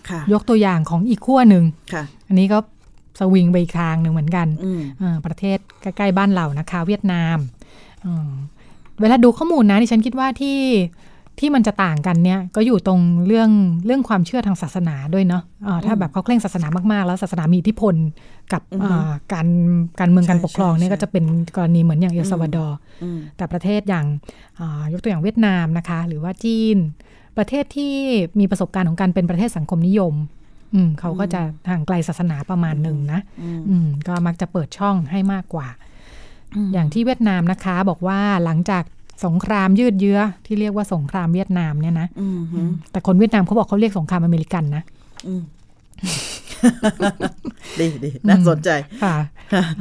Speaker 3: ค่ะ
Speaker 2: ยกตัวอย่างของอีกขั้วหนึ่ง
Speaker 3: ค่ะ
Speaker 2: อันนี้ก็สวิงไปอีกทางหนึ่งเหมือนกัน
Speaker 3: อืม
Speaker 2: อ่าประเทศใกล้ๆบ้านเรานะคะ เวียดนามอืมเวลาดูข้อมูลนะดิฉันคิดว่าที่ที่มันจะต่างกันเนี่ยก็อยู่ตรงเรื่องเรื่องความเชื่อทางศาสนาด้วยเนาะอ่าถ้าแบบเขาเคร่งศาสนามากๆ แล้วศาสนามีอิทธิพลกับอ่าการการเมืองการปกครองเนี่ยก็จะเป็นกรณีเหมือนอย่างเอลซาวาดอร์
Speaker 3: อืม
Speaker 2: แต่ประเทศอย่างอ่ายกตัวอย่างเวียดนามนะคะ หรือว่าจีน ประเทศที่มีประสบการณ์ของการเป็นประเทศสังคมนิยม อืมเขาก็จะห่างไกลศาสนาประมาณหนึ่งนะ
Speaker 3: อืม
Speaker 2: อืมก็มักจะเปิดช่องให้มากกว่า อย่างที่เวียดนามนะคะ บอกว่าหลังจากสงครามยืดเยื้อที่เรียกว่าสงครามเวียดนามเนี่ยนะ
Speaker 3: อืมอืม
Speaker 2: แต่คนเวียดนามเขาบอกเขาเรียกสงครามอเมริกันนะ
Speaker 3: อืมดีดีน่าสนใจ
Speaker 2: ค่ะ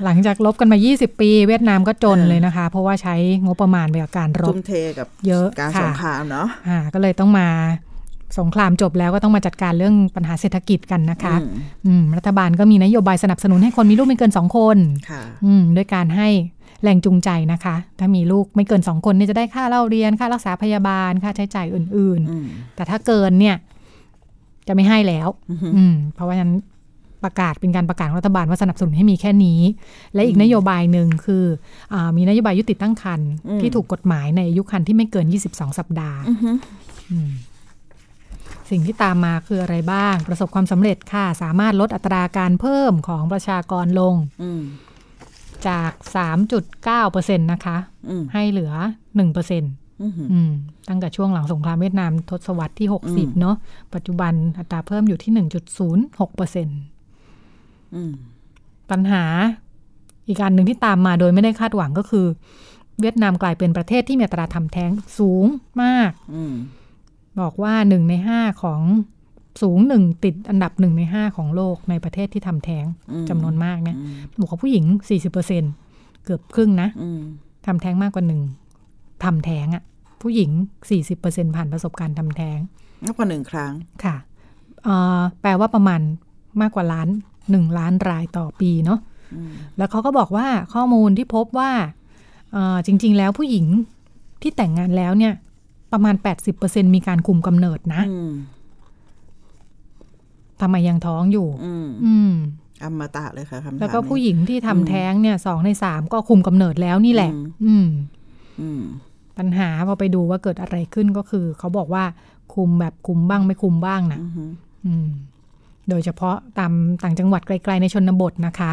Speaker 2: หลังจากลบกันมา 20 ปี เวียดนามก็จนเลยนะคะ เพราะว่าใช้งบประมาณไปกับการร
Speaker 3: ทุ่
Speaker 2: บ
Speaker 3: มเทกับ
Speaker 2: เยอะ
Speaker 3: การ
Speaker 2: ค่ะ
Speaker 3: สงครามเนาะ
Speaker 2: อ่าก็เลยต้องมาสงครามจบแล้วก็ต้องมาจัดการเรื่องปัญหาเศรษฐกิจกันนะคะ
Speaker 3: อืม
Speaker 2: อืมรัฐบาลก็มีนโยบายสนับสนุนให้คนมีลูกไม่เกิน 2 คน
Speaker 3: ค่ะ
Speaker 2: อืมด้วยการให้แรงจูงใจนะคะ ถ้ามีลูกไม่เกิน 2 คนเนี่ยจะได้ค่าเล่าเรียน ค่ารักษาพยาบาล ค่าใช้จ่ายอื่น
Speaker 3: อืม
Speaker 2: ๆ แต่ถ้าเกินเนี่ย จะไม่ให้แล้ว
Speaker 3: อือหือ
Speaker 2: อืม เพราะว่าฉะนั้นประกาศเป็นการประกาศของรัฐบาลว่าสนับสนุนให้มีแค่นี้ และอีกนโยบายหนึ่งคืออามีนโยบายยุติตั้งครรภ์ที่ถูกกฎหมายในอายุครรภ์ที่ไม่เกิน 22 สัปดาห์
Speaker 3: อือหือ
Speaker 2: อืมสิ่งที่ตามมาคืออะไรบ้าง ประสบความสำเร็จค่ะ สามารถลดอัตราการเพิ่มของประชากรลง
Speaker 3: อืม
Speaker 2: จาก 3.9%นะคะ
Speaker 3: อืม
Speaker 2: ให้เหลือ 1%
Speaker 3: อือหือ
Speaker 2: อืมตั้งแต่ช่วงหลังสงครามเวียดนามทศวรรษที่ 60 เนาะปัจจุบันอัตราเพิ่มอยู่ที่ 1.06%
Speaker 3: อืม
Speaker 2: ปัญหาอีกอันหนึ่งที่ตามมาโดยไม่ได้คาดหวังก็คือ เวียดนามกลายเป็นประเทศที่มีอัตราทำแท้งสูงมาก
Speaker 3: อืม
Speaker 2: บอกว่าหนึ่งในห้าของสูงหนึ่งติดอันดับหนึ่งในห้าของโลกในประเทศที่ทำแท้งจำนวนมากเนี่ยบอกว่าผู้หญิง 40%เกือบครึ่งนะ
Speaker 3: อืม
Speaker 2: ทำแท้งมากกว่าหนึ่งทำแท้งอะผู้หญิง 40%ผ่านประสบการณ์ทำแท้ง
Speaker 3: มากกว่าหนึ่งครั้ง
Speaker 2: ค่ะเอ่อแปลว่าประมาณมากกว่าล้านหนึ่งล้านรายต่อปีเนาะ
Speaker 3: อืม
Speaker 2: แล้วเขาก็บอกว่าข้อมูลที่พบว่าเอ่อจริง ๆ แล้วผู้หญิงที่แต่งงานแล้วเนี่ยประมาณ 80%มีการคุมกำเนิดนะ
Speaker 3: อืม
Speaker 2: ทำไมยังท้องอยู่
Speaker 3: อืม
Speaker 2: อืม
Speaker 3: อมตะเลยค่ะคำถาม
Speaker 2: แล้วก็ผู้
Speaker 3: นี้
Speaker 2: หญิงที่ทำแท้งเนี่ยสองในสามก็คุมกำเนิดแล้วนี่แหละ
Speaker 3: อืม
Speaker 2: อืม
Speaker 3: อืม
Speaker 2: ปัญหาพอไปดูว่าเกิดอะไรขึ้นก็คือ เขาบอกว่าคุมแบบคุมบ้างไม่คุมบ้างนะ
Speaker 3: อือหือ
Speaker 2: อืม โดยเฉพาะตามต่างจังหวัดไกลๆในชนบทนะคะ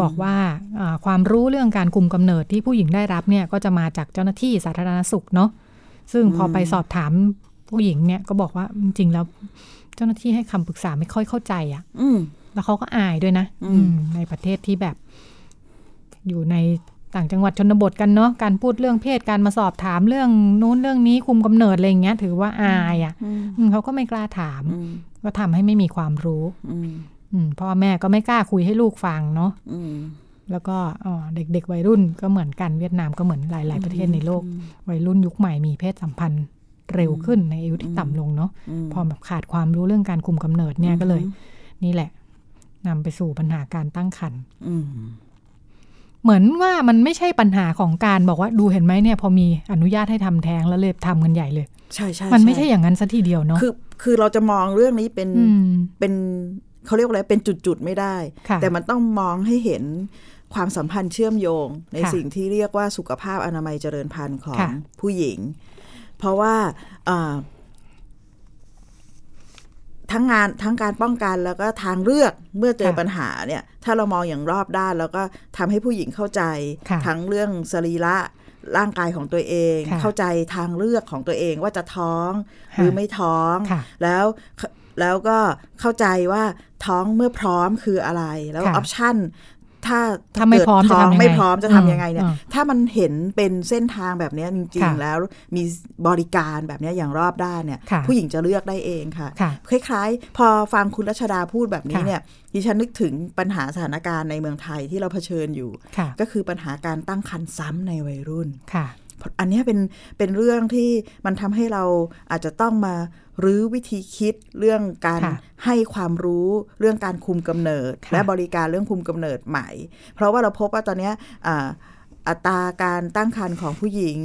Speaker 2: บอกว่าอ่าความรู้เรื่องการคุมกำเนิดที่ผู้หญิงได้รับเนี่ยก็จะมาจากเจ้าหน้าที่สาธารณสุขเนาะซึ่งพอไปสอบถามผู้หญิงเนี่ยก็บอกว่าจริงๆแล้ว เจ้าหน้าที่ให้คำปรึกษาไม่ค่อยเข้าใจอ่ะ
Speaker 3: อืม
Speaker 2: แล้วเขาก็อายด้วยนะ
Speaker 3: อืม
Speaker 2: อืม ในประเทศที่แบบ อยู่ใน ต่างจังหวัดชนบทกันเนาะการพูดเรื่องเพศการมาสอบถามเรื่องนู้นเรื่องนี้คุมกำเนิดอะไรอย่างเงี้ย ถือว่าอายอ่ะ
Speaker 3: อืม
Speaker 2: อืมเขาก็ไม่กล้าถาม
Speaker 3: อืม
Speaker 2: ก็ทำให้ไม่มีความรู้
Speaker 3: อืม
Speaker 2: อืมพ่อแม่ก็ไม่กล้าคุยให้ลูกฟังเนาะ
Speaker 3: อืม
Speaker 2: แล้วก็อ๋อเด็ก ๆ วัยรุ่นก็เหมือนกันเวียดนามก็เหมือนหลาย ๆ ประเทศในโลก วัยรุ่นยุคใหม่มีเพศสัมพันธ์เร็วขึ้นในอายุที่ต่ำลงเนาะ
Speaker 3: อืม
Speaker 2: พอแบบขาดความรู้เรื่องการคุมกำเนิดเนี่ยก็เลย นี่แหละนำไปสู่ปัญหาการตั้งครรภ์
Speaker 3: อืม
Speaker 2: เหมือนว่ามันไม่ใช่ปัญหาของการบอกว่าดูเห็นไหมเนี่ย พอมีอนุญาตให้ทำแท้งแล้วเลยทำกันใหญ่เลย
Speaker 3: ใช่ใช่
Speaker 2: มันไม่ใช่อย่างนั้นซะทีเดียวเนาะ
Speaker 3: คือคือเราจะมองเรื่องนี้เป็น
Speaker 2: อืม
Speaker 3: เป็นเขาเรียกว่าอะไรเป็นจุดๆ ไม่ได้
Speaker 2: ค่ะ
Speaker 3: แต่มันต้องมองให้เห็นความสัมพันธ์เชื่อมโยง ใน
Speaker 2: ค่ะ
Speaker 3: สิ่งที่เรียกว่าสุขภาพอนามัยเจริญพันธุ์ของ
Speaker 2: ค่ะ
Speaker 3: ผู้หญิง เพราะว่าเอ่อทั้งงานทั้งการป้องกันแล้วก็ทางเลือกเมื่อเจอปัญหาเนี่ย ถ้าเรามองอย่างรอบด้าน แล้วก็ทำให้ผู้หญิงเข้าใจ
Speaker 2: ค่ะ
Speaker 3: ทั้งเรื่องสรีระร่างกายของตัวเอง
Speaker 2: ค่ะ
Speaker 3: เข้าใจทางเลือกของตัวเองว่าจะท้องหรือไม่ท้อง
Speaker 2: ค่ะ
Speaker 3: แล้วแล้วก็เข้าใจว่าท้องเมื่อพร้อมคืออะไร แล้วอ
Speaker 2: ค่ะ
Speaker 3: อปชั่นถ้า
Speaker 2: ถ้าไม่
Speaker 3: เกิด
Speaker 2: พร้อมจะ
Speaker 3: ท้
Speaker 2: ทำยังไง
Speaker 3: ไม่พร้อมจะ
Speaker 2: อืม
Speaker 3: ทำยังไงเนี่ย
Speaker 2: อืม
Speaker 3: ถ้ามันเห็นเป็นเส้นทางแบบเนี้ยจริง
Speaker 2: ค่ะ
Speaker 3: ๆ แล้วมีบริการแบบเนี้ยอย่างรอบด้านเนี่ย
Speaker 2: ค่ะ
Speaker 3: ผู้หญิงจะเลือกได้เองค่ะ
Speaker 2: ค่ะ
Speaker 3: คล้ายๆ พอฟังคุณรัชดาพูดแบบนี้
Speaker 2: ค่ะ
Speaker 3: เนี่ยดิฉันนึกถึงปัญหาสถานการณ์ในเมืองไทยที่เราเผชิญอยู่
Speaker 2: ค่ะ
Speaker 3: ก็คือปัญหาการตั้งครรภ์ซ้ำในวัยรุ่น
Speaker 2: ค่ะ
Speaker 3: อันเนี้ยเป็นเป็นเรื่องที่มันทำให้เราอาจจะต้องมารื้อวิธีคิดเรื่องการ
Speaker 2: ค่ะ
Speaker 3: ให้ความรู้เรื่องการคุมกำเนิด
Speaker 2: ค่ะ
Speaker 3: และบริการเรื่องคุมกำเนิดใหม่ เพราะว่าเราพบว่าตอนเนี้ยอ่าอัตราการตั้งครรภ์ของผู้หญิง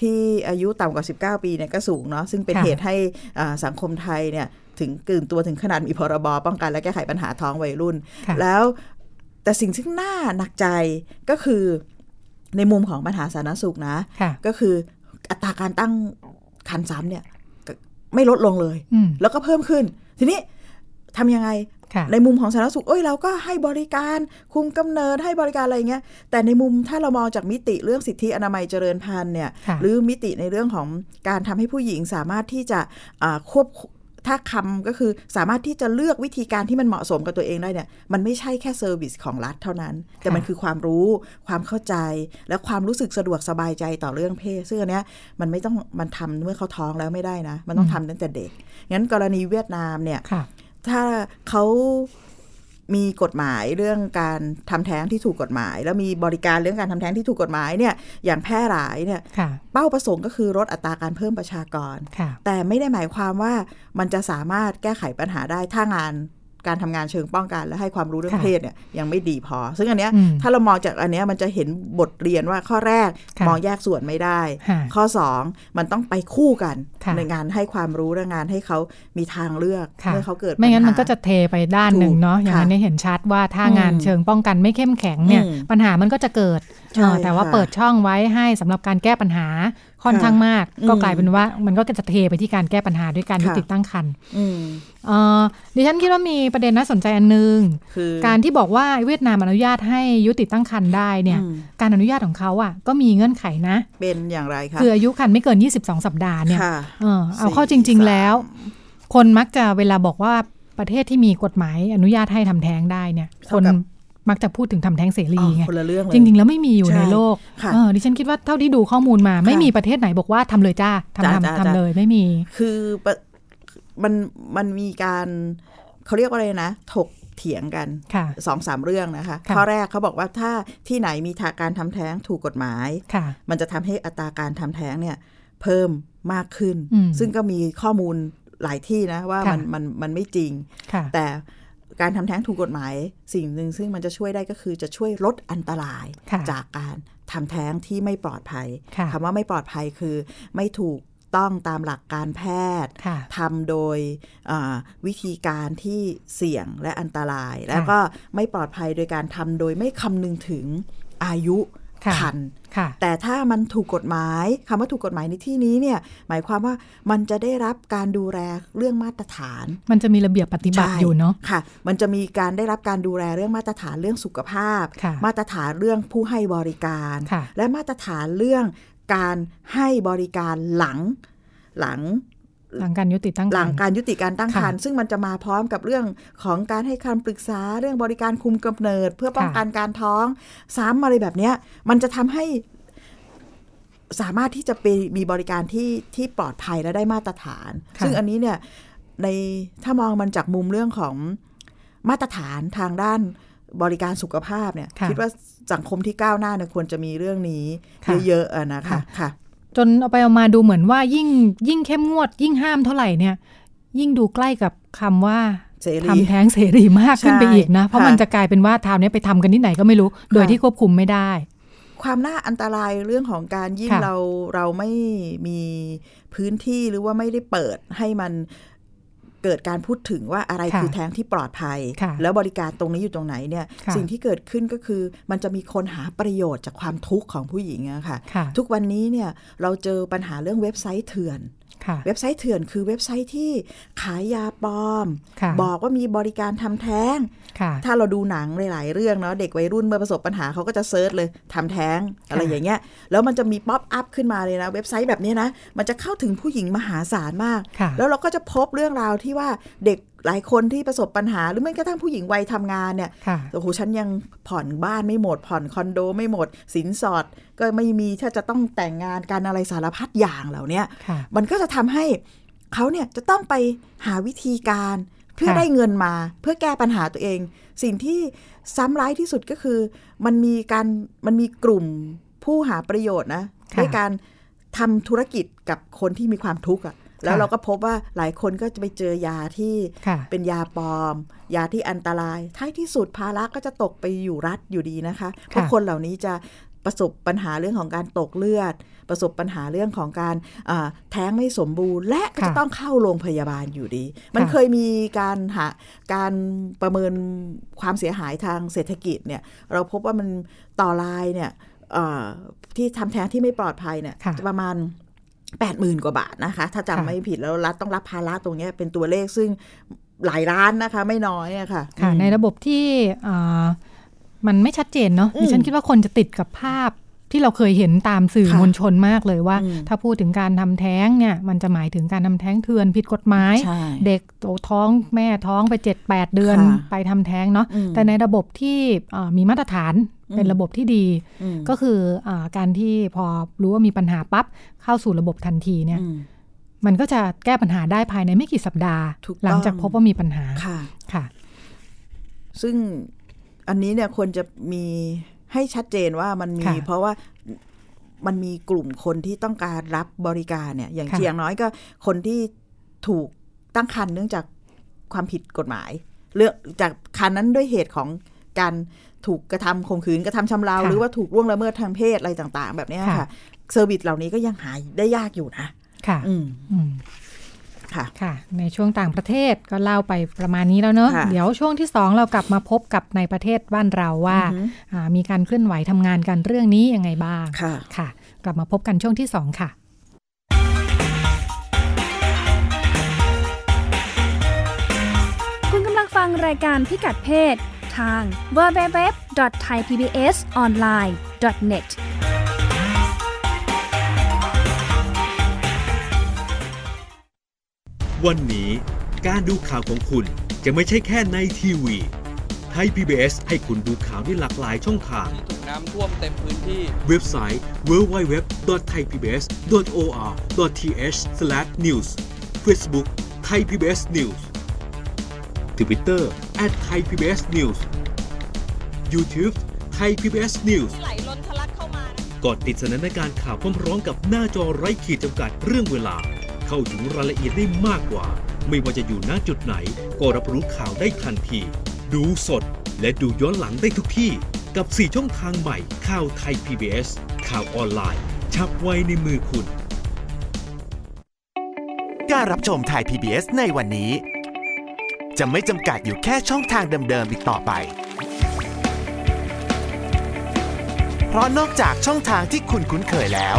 Speaker 3: ที่อายุต่ำกว่า 19 ปีเนี่ยก็สูงเนาะซึ่งเป็นเหตุให้อ่าสังคมไทยเนี่ยถึงกลืนตัวถึงขนาดมีพรบป้องกันและแก้ไขปัญหาท้องวัยรุ่น
Speaker 2: ค่ะ
Speaker 3: แล้วแต่สิ่งที่น่าหนักใจก็คือในมุมของปัญหาสาธารณสุขนะ
Speaker 2: ค่ะ
Speaker 3: ก็คืออัตราการตั้งครรภ์ซ้ำเนี่ยก็ไม่ลดลงเลย
Speaker 2: อืม
Speaker 3: แล้วก็เพิ่มขึ้น ทีนี้ทำยังไง
Speaker 2: ค่ะ
Speaker 3: ในมุมของสาธารณสุขเอ้ยเราก็ให้บริการคุมกำเนิดให้บริการอะไรอย่างเงี้ยแต่ในมุมถ้าเรามองจากมิติเรื่องสิทธิอนามัยเจริญพันธุ์เนี่ย
Speaker 2: ค่ะ
Speaker 3: หรือมิติในเรื่องของการทำให้ผู้หญิงสามารถที่จะอ่าควบถ้าคำก็คือสามารถที่จะเลือกวิธีการที่มันเหมาะสมกับตัวเองได้เนี่ยมันไม่ใช่แค่เซอร์วิสของรัฐเท่านั้น แต่มันคือความรู้ความเข้าใจ และความรู้สึกสะดวกสบายใจต่อเรื่องเพศซึ่งอันเนี้ยมันไม่ต้องมันทำเมื่อเขาท้องแล้วไม่ได้นะ มันต้องทำตั้งแต่เด็ก งั้นกรณีเวียดนามเนี่ย
Speaker 2: ค่ะ
Speaker 3: ถ้าเขามีกฎหมายเรื่องการทำแท้งที่ถูกกฎหมาย แล้วมีบริการเรื่องการทำแท้งที่ถูกกฎหมายเนี่ยอย่างแพร่หลายเนี่ย
Speaker 2: ค่ะ
Speaker 3: เป้าประสงค์ก็คือลดอัตราการเพิ่มประชากร
Speaker 2: ค่ะ
Speaker 3: แต่ไม่ได้หมายความว่ามันจะสามารถแก้ไขปัญหาได้ถ้างานการทำงานเชิงป้องกันและให้ความรู้เรื่อง
Speaker 2: ค่ะ
Speaker 3: เพศเนี่ยยังไม่ดีพอ ซึ่งอันเนี้ย
Speaker 2: อืม
Speaker 3: ถ้าเรามองจากอันเนี้ยมันจะเห็นบทเรียนว่าข้อแรก
Speaker 2: ค่ะ
Speaker 3: มองแยกส่วนไม่ได้
Speaker 2: ค่ะ
Speaker 3: ข้อ 2 มันต้องไปคู่กัน
Speaker 2: ค่ะ
Speaker 3: ในงานให้ความรู้และงานให้เขามีทางเลือก
Speaker 2: ค่ะ
Speaker 3: เมื่อเขาเกิด
Speaker 2: ไม่งั้น
Speaker 3: ปัญหา
Speaker 2: มันก็จะเทไปด้านหนึ่งเนาะ
Speaker 3: ถูก
Speaker 2: อย่างนั้นเนี่ยเห็นชัดว่าถ้างาน
Speaker 3: อืม
Speaker 2: เชิงป้องกันไม่เข้มแข็งเนี่ย
Speaker 3: อืม
Speaker 2: ปัญหามันก็จะเกิด
Speaker 3: ใช่
Speaker 2: เออแต่ว่า
Speaker 3: ค่ะ
Speaker 2: เปิดช่องไว้ให้สำหรับการแก้ปัญหาค่อน
Speaker 3: ค่ะ
Speaker 2: ข้างมาก
Speaker 3: อืม
Speaker 2: ก็กลายเป็นว่ามันก็จะเทไปที่การแก้ปัญหาด้วยการยุติตั้งครรภ์
Speaker 3: อืม
Speaker 2: เอ่อดิฉันคิดว่ามีประเด็นน่าสนใจอันหนึง
Speaker 3: คือ
Speaker 2: การที่บอกว่าเวียดนามอนุญาตให้ยุติตั้งครรภ์ได้เนี่ย
Speaker 3: อืม
Speaker 2: การอนุญาตของเขาอ่ะก็มีเงื่อนไขนะ
Speaker 3: เป็นอย่างไรคะ
Speaker 2: คืออายุครรภ์ไม่เกิน 22 สัปดาห์เนี่ย
Speaker 3: ค่ะ
Speaker 2: เออเอาเข้าจริ
Speaker 3: สี่
Speaker 2: ง
Speaker 3: สาม
Speaker 2: ๆแล้ว คนมักจะเวลาบอกว่าประเทศที่มีกฎหมายอนุญาตให้ทำแท้งได้เนี่ย คนมักจะพูดถึงทำแท้งเสรี
Speaker 3: อ๋อ
Speaker 2: ไง
Speaker 3: คนละเรื่องเลย
Speaker 2: จริง ๆ แล้วไม่มีอยู่
Speaker 3: ใช่
Speaker 2: ในโลก
Speaker 3: ค่ะ
Speaker 2: เออดิฉันคิดว่าเท่าที่ดูข้อมูลมาไม่มีประเทศไหนบอกว่าทำเลยจ้าทำ
Speaker 3: จ้าจ้า
Speaker 2: ทำ
Speaker 3: จ้า
Speaker 2: ทำเลยไม่มี
Speaker 3: คือปะมันมันมีการเขาเรียกว่าอะไรนะ ถกเถียงกัน
Speaker 2: ค่ะ
Speaker 3: สองสามเรื่องนะคะ
Speaker 2: ค่ะ
Speaker 3: ข้อแรกเขาบอกว่าถ้าที่ไหนมีทางการทำแท้งถูกกฎหมาย
Speaker 2: ค่ะ
Speaker 3: มันจะทำให้อัตราการทำแท้งเนี่ยเพิ่มมากขึ้น
Speaker 2: อืม
Speaker 3: ซึ่งก็มีข้อมูลหลายที่นะว่า
Speaker 2: ค่ะ
Speaker 3: มันมันมันไม่จริง
Speaker 2: ค่ะ
Speaker 3: แต่การทำแท้งถูกกฎหมายสิ่งหนึ่งซึ่งมันจะช่วยได้ก็คือจะช่วยลดอันตราย
Speaker 2: ค่ะ
Speaker 3: จากการทำแท้งที่ไม่ปลอดภัย
Speaker 2: ค่ะ
Speaker 3: คำว่าไม่ปลอดภัยคือไม่ถูกต้องตามหลักการแพทย์
Speaker 2: ค่ะ
Speaker 3: ทำโดยอ่าวิธีการที่เสี่ยงและอันตราย แล้วก็ไม่ปลอดภัยโดยการทำโดยไม่คำนึงถึงอายุ
Speaker 2: ค่ะ
Speaker 3: คัน
Speaker 2: ค่ะ
Speaker 3: แต่ถ้ามันถูกกฎหมายคำว่าถูกกฎหมายในที่นี้เนี่ยหมายความว่ามันจะได้รับการดูแลเรื่องมาตรฐาน
Speaker 2: มันจะมีระเบียบปฏิบัติ
Speaker 3: ใช่
Speaker 2: อยู่เนาะ
Speaker 3: ค่ะ มันจะมีการได้รับการดูแลเรื่องมาตรฐานเรื่องสุขภาพ
Speaker 2: ค่ะ
Speaker 3: มาตรฐานเรื่องผู้ให้บริการ
Speaker 2: ค่ะ
Speaker 3: และมาตรฐานเรื่องการให้บริการหลังหลัง
Speaker 2: หลังการยุติตั้ง
Speaker 3: ห
Speaker 2: ค
Speaker 3: ลั
Speaker 2: รง รภ์
Speaker 3: การยุติการตั้ง
Speaker 2: ค่ะ
Speaker 3: ครรภ์ซึ่งมันจะมาพร้อมกับเรื่องของการให้คำปรึกษาเรื่องบริการคุมกำเนิด เพื่อป้อง
Speaker 2: ค่ะ
Speaker 3: กันการท้องซ้ำอะไรแบบเนี้ย มันจะทำให้สามารถที่จะไปมีบริการที่ที่ปลอดภัยและได้มาตรฐาน
Speaker 2: ค่ะ
Speaker 3: ซึ่งอันนี้เนี่ยในถ้ามองมันจากมุมเรื่องของมาตรฐานทางด้านบริการสุขภาพเนี่ย
Speaker 2: ค่ะ
Speaker 3: ดว่าสังคมที่ก้าวหน้าเนี่ยควรจะมีเรื่องนี้
Speaker 2: ค่ะ
Speaker 3: เยอะๆอะนะคะค่ะ
Speaker 2: จนเอาไปเอามาดูเหมือนว่ายิ่งยิ่งเข้มงวด ยิ่งห้ามเท่าไหร่เนี่ย ยิ่งดูใกล้กับคำว่า
Speaker 3: เสรี
Speaker 2: ทำแท้งเสรีมากขึ้นไปอีกนะ
Speaker 3: ใช่
Speaker 2: เพราะมัน
Speaker 3: ค่ะ
Speaker 2: จะกลายเป็นว่าทาวเนี้ยไปทำกันที่ไหนก็ไม่รู้ โดย
Speaker 3: ค่ะ
Speaker 2: ที่ควบคุมไม่ได้
Speaker 3: ความน่าอันตรายเรื่องของการยิ่ง
Speaker 2: ค่ะ
Speaker 3: เราเราไม่มีพื้นที่หรือว่าไม่ได้เปิดให้มันเกิดการพูดถึงว่าอะไร
Speaker 2: ค่ะ
Speaker 3: คือแท้งที่ปลอดภัย
Speaker 2: ค่ะ
Speaker 3: แล้วบริการตรงนี้อยู่ตรงไหนเนี่ย
Speaker 2: ค่ะ
Speaker 3: สิ่งที่เกิดขึ้นก็คือมันจะมีคนหาประโยชน์จากความทุกข์ของผู้หญิงอะค่ะ
Speaker 2: ค่ะ
Speaker 3: ทุกวันนี้เนี่ยเราเจอปัญหาเรื่องเว็บไซต์เถื่อน
Speaker 2: ค่ะ
Speaker 3: เว็บไซต์เถื่อนคือเว็บไซต์ที่ขายยาปลอม
Speaker 2: ค่ะ
Speaker 3: บอกว่ามีบริการทำแท้ง
Speaker 2: ค่ะ
Speaker 3: ถ้าเราดูหนังหลาย ๆ เรื่องเนาะเด็กวัยรุ่นเมื่อประสบปัญหาเขาก็จะเซิร์ชเลยทำแท้งอะไรอย่างเงี้ย แล้วมันจะมีป๊อปอัพขึ้นมาเลยนะ เว็บไซต์แบบนี้นะ มันจะเข้าถึงผู้หญิงมหาศาลมาก
Speaker 2: ค่ะ
Speaker 3: แล้วเราก็จะพบเรื่องราวที่ว่าเด็กหลายคนที่ประสบปัญหา หรือแม้กระทั่งผู้หญิงวัยทำงานเนี่ย
Speaker 2: ค่ะ
Speaker 3: โอ้โหฉันยังผ่อนบ้านไม่หมด ผ่อนคอนโดไม่หมด สินสอดก็ไม่มีถ้าจะต้องแต่งงานการอะไรสารพัดอย่างเหล่าเนี้ย
Speaker 2: ค่ะ
Speaker 3: มันก็จะทำให้เขาเนี่ยจะต้องไปหาวิธีการเพื่อ
Speaker 2: ค่ะ
Speaker 3: ได้เงินมา เพื่อแก้ปัญหาตัวเอง สิ่งที่ซ้ำร้ายที่สุดก็คือ มันมีการมันมีกลุ่มผู้หาประโยชน์นะ
Speaker 2: ค่ะ
Speaker 3: ด้วยการทำธุรกิจกับคนที่มีความทุกข์อะแล้ว
Speaker 2: ค่ะ
Speaker 3: เราก็พบว่าหลายคนก็จะไปเจอยาที่
Speaker 2: ค่ะ
Speaker 3: เป็นยาปลอม ยาที่อันตราย ท้ายที่สุดภาระก็จะตกไปอยู่รัฐอยู่ดีนะคะเพราะคนเหล่านี้จะประสบปัญหาเรื่องของการตกเลือด ประสบปัญหาเรื่องของการอ่าแท้งไม่สมบูรณ์ และก็
Speaker 2: ค่ะ
Speaker 3: จะต้องเข้าโรงพยาบาลอยู่ดี มัน
Speaker 2: ค่ะ
Speaker 3: เคยมีการหาการประเมินความเสียหายทางเศรษฐกิจเนี่ยเราพบว่ามันต่อรายเนี่ยเอ่อที่ทำแท้งที่ไม่ปลอดภัยเนี่ย
Speaker 2: ค่ะ
Speaker 3: จะประมาณ 80,000 กว่าบาทนะคะ ถ้า
Speaker 2: ค่ะ
Speaker 3: จำไม่ผิดแล้วรัฐต้องรับภาระตรงเนี้ยเป็นตัวเลขซึ่งหลายล้านนะคะ ไม่น้อยอะค่ะ
Speaker 2: ค่ะ
Speaker 3: อืม
Speaker 2: ในระบบที่อ่ามันไม่ชัดเจนเนาะ
Speaker 3: อืม
Speaker 2: ดิฉันคิดว่าคนจะติดกับภาพที่เราเคยเห็นตามสื่อ
Speaker 3: ค่ะ
Speaker 2: มวลชนมากเลยว่า
Speaker 3: อืม
Speaker 2: ถ้าพูดถึงการทำแท้งเนี่ย มันจะหมายถึงการทำแท้งเถื่อนผิดกฎหมาย
Speaker 3: ใช่
Speaker 2: เด็กโตท้องแม่ท้องไป 7 8 เดือน
Speaker 3: ค่ะ
Speaker 2: ไปทำแท้งเนาะ
Speaker 3: อืม
Speaker 2: แต่ในระบบที่เอ่อมีมาตรฐาน
Speaker 3: อืม
Speaker 2: เป็นระบบที่ดี
Speaker 3: อืม
Speaker 2: ก็คืออาการที่พอรู้ว่ามีปัญหาปั๊บเข้าสู่ระบบทันทีเนี่ย
Speaker 3: อืม
Speaker 2: มันก็จะแก้ปัญหาได้ภายในไม่กี่สัปดาห์
Speaker 3: ถูก
Speaker 2: ห
Speaker 3: ต้อง
Speaker 2: ลังจากพบว่ามีปัญหา
Speaker 3: ค่ะ
Speaker 2: ค่ะ
Speaker 3: ซึ่งอันนี้เนี่ยควรจะมีให้ชัดเจนว่ามันมี
Speaker 2: ค่ะ
Speaker 3: เพราะว่ามันมีกลุ่มคนที่ต้องการรับบริการเนี่ย อย่างเชียางน้อยก็คนที่ถูกตั้งคันเนื่องจากความผิดกฎหมาย เรื่องจากคันนั้นด้วยเหตุของการถูกกระทำข่มขืนกระทำชำเรา
Speaker 2: ค่ะ
Speaker 3: หรือว่าถูกล่วงละเมิดทางเพศอะไรต่าง ๆ แบบเนี้ย
Speaker 2: ค่ะ
Speaker 3: ค่ะเซอร์วิสเหล่านี้ก็ยังหายได้ยากอยู่นะ
Speaker 2: ค่ะ
Speaker 3: อืม
Speaker 2: อืม
Speaker 3: ค่ะ
Speaker 2: ค่ะในช่วงต่างประเทศก็เล่าไปประมาณนี้แล้วเนอะ
Speaker 3: ค่ะ
Speaker 2: เดี๋ยวช่วงที่ 2 เรากลับมาพบกับในประเทศบ้านเราว่า
Speaker 3: อือหืออ่
Speaker 2: ามีการเคลื่อนไหวทำงานกันเรื่องนี้ยังไงบ้าง
Speaker 3: ค่ะ
Speaker 2: ค่ะ กลับมาพบกันช่วงที่ 2 ค่ะ
Speaker 1: คุณกำลังฟังรายการพิกัดเพศ ทาง www.thaipbsonline.net
Speaker 4: วันนี้การดูข่าวของคุณจะไม่ใช่แค่ในทีวีไทย PBS ให้คุณดูข่าวได้หลากหลายช่องทาง
Speaker 5: ที่ถูกน้ำท่วมเต็มพื้นที่
Speaker 4: เว็บไซต์ www.thaipbs.or.th/news Facebook Thai PBS News Twitter @thaipbsnews YouTube Thai PBS News
Speaker 6: ไหลล้นทะลักเข้ามานะ
Speaker 4: ก่อนติดสนันในการข่าวพร้อมร้องกับหน้าจอไร้ขีดจำกัดเรื่องเวลา เข้าถึงรายละเอียดได้มากกว่า ไม่ว่าจะอยู่ณจุดไหน ก็รับรู้ข่าวได้ทันที ดูสดและดูย้อนหลังได้ทุกที่ กับ 4 ช่องทางใหม่ข่าวไทย PBS ข่าวออนไลน์ ชับไว้ในมือคุณ
Speaker 7: การรับชมไทย PBS ในวันนี้ จะไม่จำกัดอยู่แค่ช่องทางเดิมๆอีกต่อไป เพราะนอกจากช่องทางที่คุณคุ้นเคยแล้ว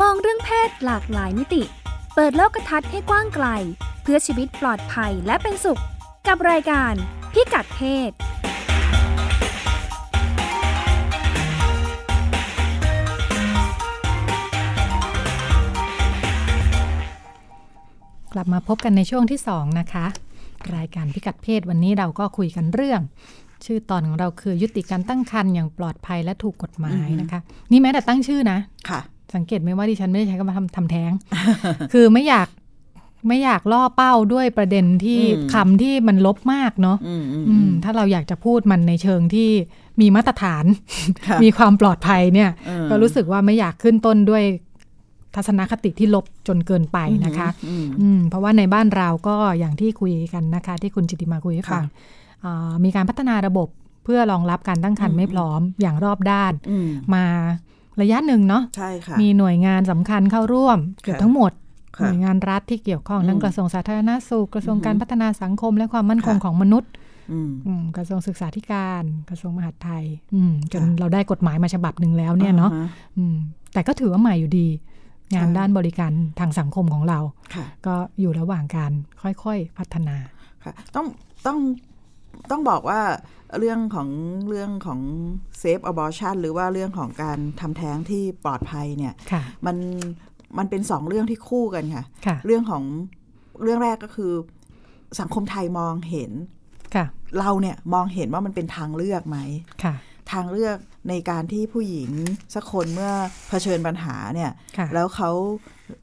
Speaker 1: มองเรื่องเพศหลากหลายมิติ เปิดโลกทัศน์ให้กว้างไกล เพื่อชีวิตปลอดภัยและเป็นสุข กับรายการพิกัดเพศ
Speaker 2: กลับมาพบกันในช่วงที่ 2 นะคะ รายการพิกัดเพศวันนี้เราก็คุยกันเรื่อง ชื่อตอนของเราคือยุติการตั้งครรภ์อย่างปลอดภัยและถูกกฎหมายนะคะ นี่แม้แต่ตั้งชื่อนะ
Speaker 3: ค่ะ
Speaker 2: สังเกตไหมว่าดิฉันไม่ได้ใช้คำว่าทำทำแท้ง คือไม่อยากไม่อยากล่อเป้าด้วยประเด็นที่
Speaker 3: อืม
Speaker 2: คำที่มันลบมากเนาะ
Speaker 3: อืมอืม
Speaker 2: อืมถ้าเราอยากจะพูดมันในเชิงที่มีมาตรฐาน
Speaker 3: ค่ะ
Speaker 2: มีความปลอดภัยเนี่ย
Speaker 3: เออ
Speaker 2: ก็รู้สึกว่าไม่อยากขึ้นต้นด้วยทัศนคติที่ลบจนเกินไปนะคะ
Speaker 3: อืม
Speaker 2: อืมเพราะว่าในบ้านเราก็อย่างที่คุยกันนะคะ ที่คุณจิติมาคุยให้ฟัง
Speaker 3: ค่ะ
Speaker 2: อ่ามีการพัฒนาระบบเพื่อรองรับการตั้งครรภ์ไม่พร้อมอย่างรอบด้าน
Speaker 3: อืม
Speaker 2: มาระยะหนึ่งเนาะ
Speaker 3: ใช่ค่ะ
Speaker 2: มีหน่วยงานสำคัญเข้าร่วมเกือบทั้งหมด ห
Speaker 3: ค่ะ
Speaker 2: น่วยงานรัฐที่เกี่ยวข้องทั้ง
Speaker 3: อืม
Speaker 2: กระทรวงสาธารณสุขกระทรวง
Speaker 3: อือฮึ
Speaker 2: การพัฒนาสังคมและความมั่นคง
Speaker 3: ค่ะ
Speaker 2: ของมนุษย์
Speaker 3: อืม
Speaker 2: อืมกระทรวงศึกษาธิการ กระทรวงมหาดไทยอืมจน
Speaker 3: ค่ะ
Speaker 2: เราได้กฎหมายมาฉบับหนึ่งแล้วเนี่ยเนาะ
Speaker 3: อ่ฮ
Speaker 2: อืมแต่ก็ถือว่าใหม่อยู่ดี งาน
Speaker 3: ใช่
Speaker 2: ด้านบริการทางสังคมของเรา
Speaker 3: ค่ะ
Speaker 2: ก็อยู่ระหว่างการค่อยๆพัฒนา
Speaker 3: ค่ะต้องต้องต้องบอกว่าเรื่องของเรื่องของเซฟอบอชันหรือว่าเรื่องของการทำแท้งที่ปลอดภัยเนี่ย
Speaker 2: ค่ะ
Speaker 3: มันมันเป็นสองเรื่องที่คู่กันค่ะ
Speaker 2: ค่ะ
Speaker 3: เรื่องของเรื่องแรกก็คือ สังคมไทยมองเห็น
Speaker 2: ค่ะ
Speaker 3: เราเนี่ยมองเห็นว่ามันเป็นทางเลือกไหม
Speaker 2: ค่ะ
Speaker 3: ทางเลือกในการที่ผู้หญิงสักคนเมื่อเผชิญปัญหาเนี่ย
Speaker 2: ค่ะ
Speaker 3: แล้วเขา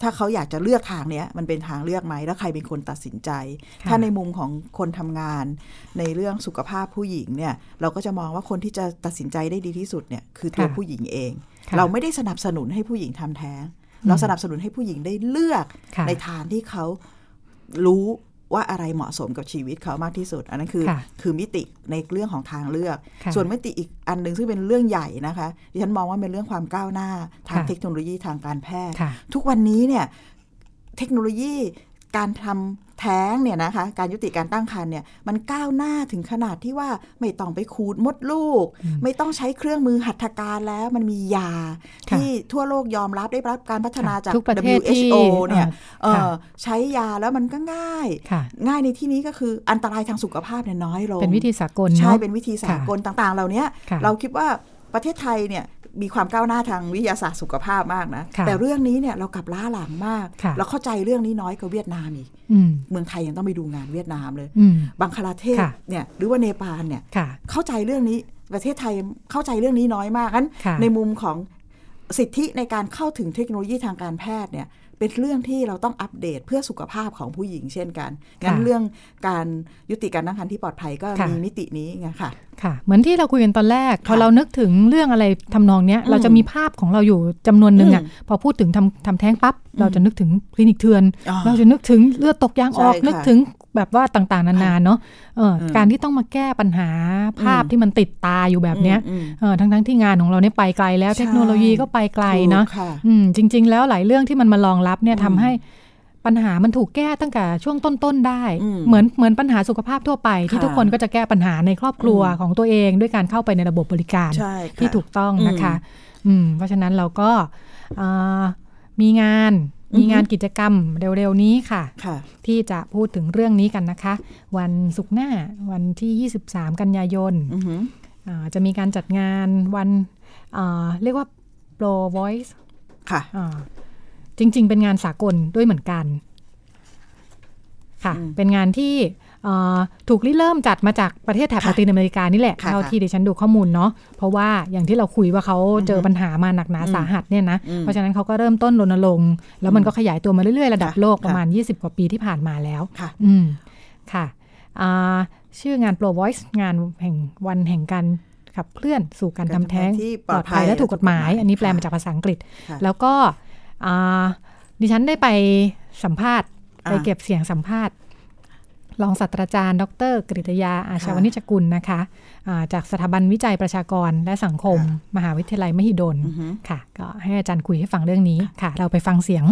Speaker 3: ถ้าเขาอยากจะเลือกทางเนี้ยมันเป็นทางเลือกไหมแล้วใครเป็นคนตัดสินใจ
Speaker 2: ค่ะ
Speaker 3: ถ้าในมุมของคนทำงาน ในเรื่องสุขภาพผู้หญิงเนี่ยเราก็จะมองว่าคนที่จะตัดสินใจได้ดีที่สุดเนี่ยคือตัว
Speaker 2: ค่ะ
Speaker 3: ผู้หญิงเอง
Speaker 2: ค่ะ
Speaker 3: เราไม่ได้สนับสนุนให้ผู้หญิงทำแท้ง เรา
Speaker 2: อืม
Speaker 3: สนับสนุนให้ผู้หญิงได้เลือก
Speaker 2: ค่ะ
Speaker 3: ในทางที่เขารู้ว่าอะไรเหมาะสมกับชีวิตเขามากที่สุด อันนั้นคือ
Speaker 2: ค่ะ
Speaker 3: คือมิติในเรื่องของทางเลือก
Speaker 2: ค่ะ
Speaker 3: ส่วนมิติอีกอันหนึ่งซึ่งเป็นเรื่องใหญ่นะคะดิฉันมองว่าเป็นเรื่องความก้าวหน้าทาง
Speaker 2: ค่ะ
Speaker 3: เทคโนโลยีทางการแพทย์
Speaker 2: ค่ะ
Speaker 3: ทุกวันนี้เนี่ยเทคโนโลยีการทำแท้งเนี่ยนะคะการยุติการตั้งครรภ์เนี่ยมันก้าวหน้าถึงขนาดที่ว่าไม่ต้องไปขูดมดลูก
Speaker 2: อืม
Speaker 3: ไม่ต้องใช้เครื่องมือหัตถการแล้วมันมียา
Speaker 2: ค่ะ
Speaker 3: ที่ทั่วโลกยอมรับได้รับการพัฒนาจาก
Speaker 2: ทุกประเทศที่
Speaker 3: WHO เนี่ยเอ่
Speaker 2: ค่ะ
Speaker 3: อใช้ยาแล้วมันก็ง่าย
Speaker 2: ค่ะ
Speaker 3: ง่ายในที่นี้ก็คืออันตรายทางสุขภาพเนี่ยน้อยลง
Speaker 2: เป็นวิธีสากลเนอะ
Speaker 3: ใช่ เป็นวิธีสากลต่างๆ เหล่าเนี้ย
Speaker 2: ค่ะ
Speaker 3: เราคิดว่าประเทศไทยเนี่ยมีความก้าวหน้าทางวิทยาศาสตร์สุขภาพมากนะ
Speaker 2: ค่ะ
Speaker 3: แต่เรื่องนี้เนี่ยเรากลับล้าหลังมาก
Speaker 2: ค่ะ
Speaker 3: เราเข้าใจเรื่องนี้น้อยกว่าเวียดนามอีก
Speaker 2: อืม
Speaker 3: เมืองไทยยังต้องไปดูงานเวียดนามเลย
Speaker 2: อืม
Speaker 3: บังคลาเทศ
Speaker 2: ค่ะ
Speaker 3: เนี่ยหรือว่าเนปาลเนี่ย
Speaker 2: ค่ะ
Speaker 3: เข้าใจเรื่องนี้ประเทศไทยเข้าใจเรื่องนี้น้อยมากงั้น
Speaker 2: ค่ะ
Speaker 3: ในมุมของสิทธิในการเข้าถึงเทคโนโลยีทางการแพทย์เนี่ยเป็นเรื่องที่เราต้องอัปเดตเพื่อสุขภาพของผู้หญิงเช่นกันงั้น
Speaker 2: ค่ะ
Speaker 3: เรื่องการยุติการตั้งครรภ์ที่ปลอดภัยก็
Speaker 2: ค่ะ
Speaker 3: มีมิตินี้ไงค่ะ
Speaker 2: ค่ะ เหมือนที่เราคุยกันตอนแรก พอ
Speaker 3: ค่ะ
Speaker 2: เรานึกถึงเรื่องอะไรทำนองเนี้ย
Speaker 3: อืม
Speaker 2: เราจะมีภาพของเราอยู่จำนวนหนึ่งอ่ะ
Speaker 3: อืม
Speaker 2: พอพูดถึงทำทำแท้งปั๊บ เราจะนึกถึงคลินิกเถื่อน
Speaker 3: อ่า
Speaker 2: เราจะนึกถึงเลือดตกยางออก
Speaker 3: ใช่ค่ะ
Speaker 2: นึกถึงแบบว่าต่างๆ นานาเนาะเอออ
Speaker 3: ม
Speaker 2: การที่ต้องมาแก้ปัญหาภาพ
Speaker 3: อืม
Speaker 2: ที่มันติดตาอยู่แบบเนี้ย
Speaker 3: อืม
Speaker 2: เออทั้งๆที่งานของเราเนี่ยไปไกลแล้ว
Speaker 3: ใช่
Speaker 2: เทคโนโลยีก็ไปไกลเนาะ
Speaker 3: ถูค่
Speaker 2: อืมจริง ๆ แล้วหลายเรื่องที่มันมารองรับเนี่ย
Speaker 3: อืม
Speaker 2: ทำให้ปัญหามันถูกแก้ตั้งแต่ช่วงต้นๆได้
Speaker 3: อืม
Speaker 2: เหมือนเหมือนปัญหาสุขภาพทั่วไป ที่
Speaker 3: ค่ะ
Speaker 2: ทุกคนก็จะแก้ปัญหาในครอบครัว
Speaker 3: อืม
Speaker 2: ของตัวเองด้วยการเข้าไปในระบบบริการ
Speaker 3: ใช่ค่ะ
Speaker 2: ที่ถูกต้องนะคะ อืม เพราะฉะนั้นเราก็อ่ามีงาน
Speaker 3: อือฮึ
Speaker 2: มีงานกิจกรรมเร็วๆนี้ค่ะ
Speaker 3: ค่ะ
Speaker 2: ที่จะพูดถึงเรื่องนี้กันนะคะ วันศุกร์หน้าวันที่ 23 กันยายน
Speaker 3: อือหือ
Speaker 2: อ่าจะมีการจัดงานวันอ่าเรียกว่า Pro Voice
Speaker 3: ค่ะ
Speaker 2: อ่าจริงๆ เป็นงานสากลด้วยเหมือนกัน ค่ะ เป็นงานที่ เอ่อถูกริเริ่มจัดมาจากประเทศแถบ
Speaker 3: ค่ะ
Speaker 2: ละตินอเมริกานี่แหละ
Speaker 3: ค่ะ
Speaker 2: เท่า
Speaker 3: ค่ะ
Speaker 2: ที่ดิฉันดูข้อมูลเนาะเพราะว่าอย่างที่เราคุยว่าเขาเจอปัญหามาหนักหนาสาหัสเนี่ยนะ
Speaker 3: อืม
Speaker 2: เพราะฉะนั้นเขาก็เริ่มต้นรณรงค์แล้วมันก็ขยายตัวมาเรื่อยๆระดับ
Speaker 3: ค่ะ
Speaker 2: โลกประ
Speaker 3: ค่ะ
Speaker 2: มาณ 20 กว่าปีที่ผ่านมาแล้ว
Speaker 3: ค่ะ
Speaker 2: อืม ค่ะอ่าชื่องาน Pro Voice งานแห่งวันแห่งการขับเคลื่อนสู่การ
Speaker 3: การ
Speaker 2: ทำ
Speaker 3: ทำ
Speaker 2: แท้ง
Speaker 3: แท้งที่ปลอดภัย
Speaker 2: และถูกกฎหมาย
Speaker 3: และถูกกฎหมาย
Speaker 2: อันนี้แปลมา
Speaker 3: ค่ะ
Speaker 2: จากภาษาอังกฤษ
Speaker 3: ค่ะ
Speaker 2: แล้วก็อ่าดิฉันได้ไปสัมภาษณ์
Speaker 3: อ่า
Speaker 2: ไปเก็บเสียงสัมภาษณ์ รองศาสตราจารย์ ดรกฤตยา อาชาว
Speaker 3: ค่ะ
Speaker 2: นิจกุลนะคะอ่าจากสถาบันวิจัยประชากรและสังคม มหาวิทยาลัยมหิดล
Speaker 3: อือฮึ
Speaker 2: ค่ะ ก็ให้อาจารย์คุยให้ฟังเรื่องนี้ค่ะ เราไปฟังเสียง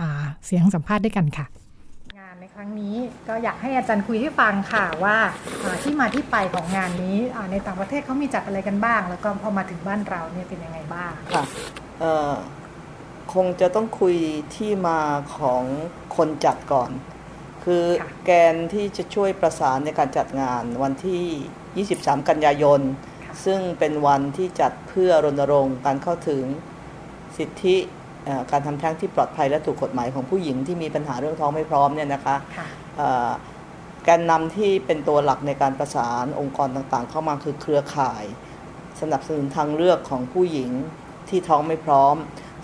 Speaker 2: อ่าเสียงสัมภาษณ์ด้วยกันค่ะ งานในครั้งนี้ก็อยากให้อาจารย์คุยให้ฟังค่ะว่าอ่าที่มาที่ไปของงานนี้อ่าในต่างประเทศเขามีจัดอะไรกันบ้าง แล้วก็พอมาถึงบ้านเราเนี่ยเป็นยังไงบ้าง
Speaker 8: ค่ะเอ่อคงจะต้องคุยที่มาของคนจัดก่อน คือ
Speaker 2: ค่ะ
Speaker 8: แกนที่จะช่วยประสานในการจัดงานวันที่ 23 กันยายน ซึ่งเป็นวันที่จัดเพื่อรณรงค์การเข้าถึงสิทธิเอ่อการทำแท้งที่ปลอดภัยและถูกกฎหมายของผู้หญิงที่มีปัญหาเรื่องท้องไม่พร้อมเนี่ยนะคะ
Speaker 2: ค่ะ
Speaker 8: เอ่อแกนนำที่เป็นตัวหลักในการประสานองค์กรต่างๆ เข้ามาคือเครือข่าย สนับสนุนทางเลือกของผู้หญิงที่ท้องไม่พร้อม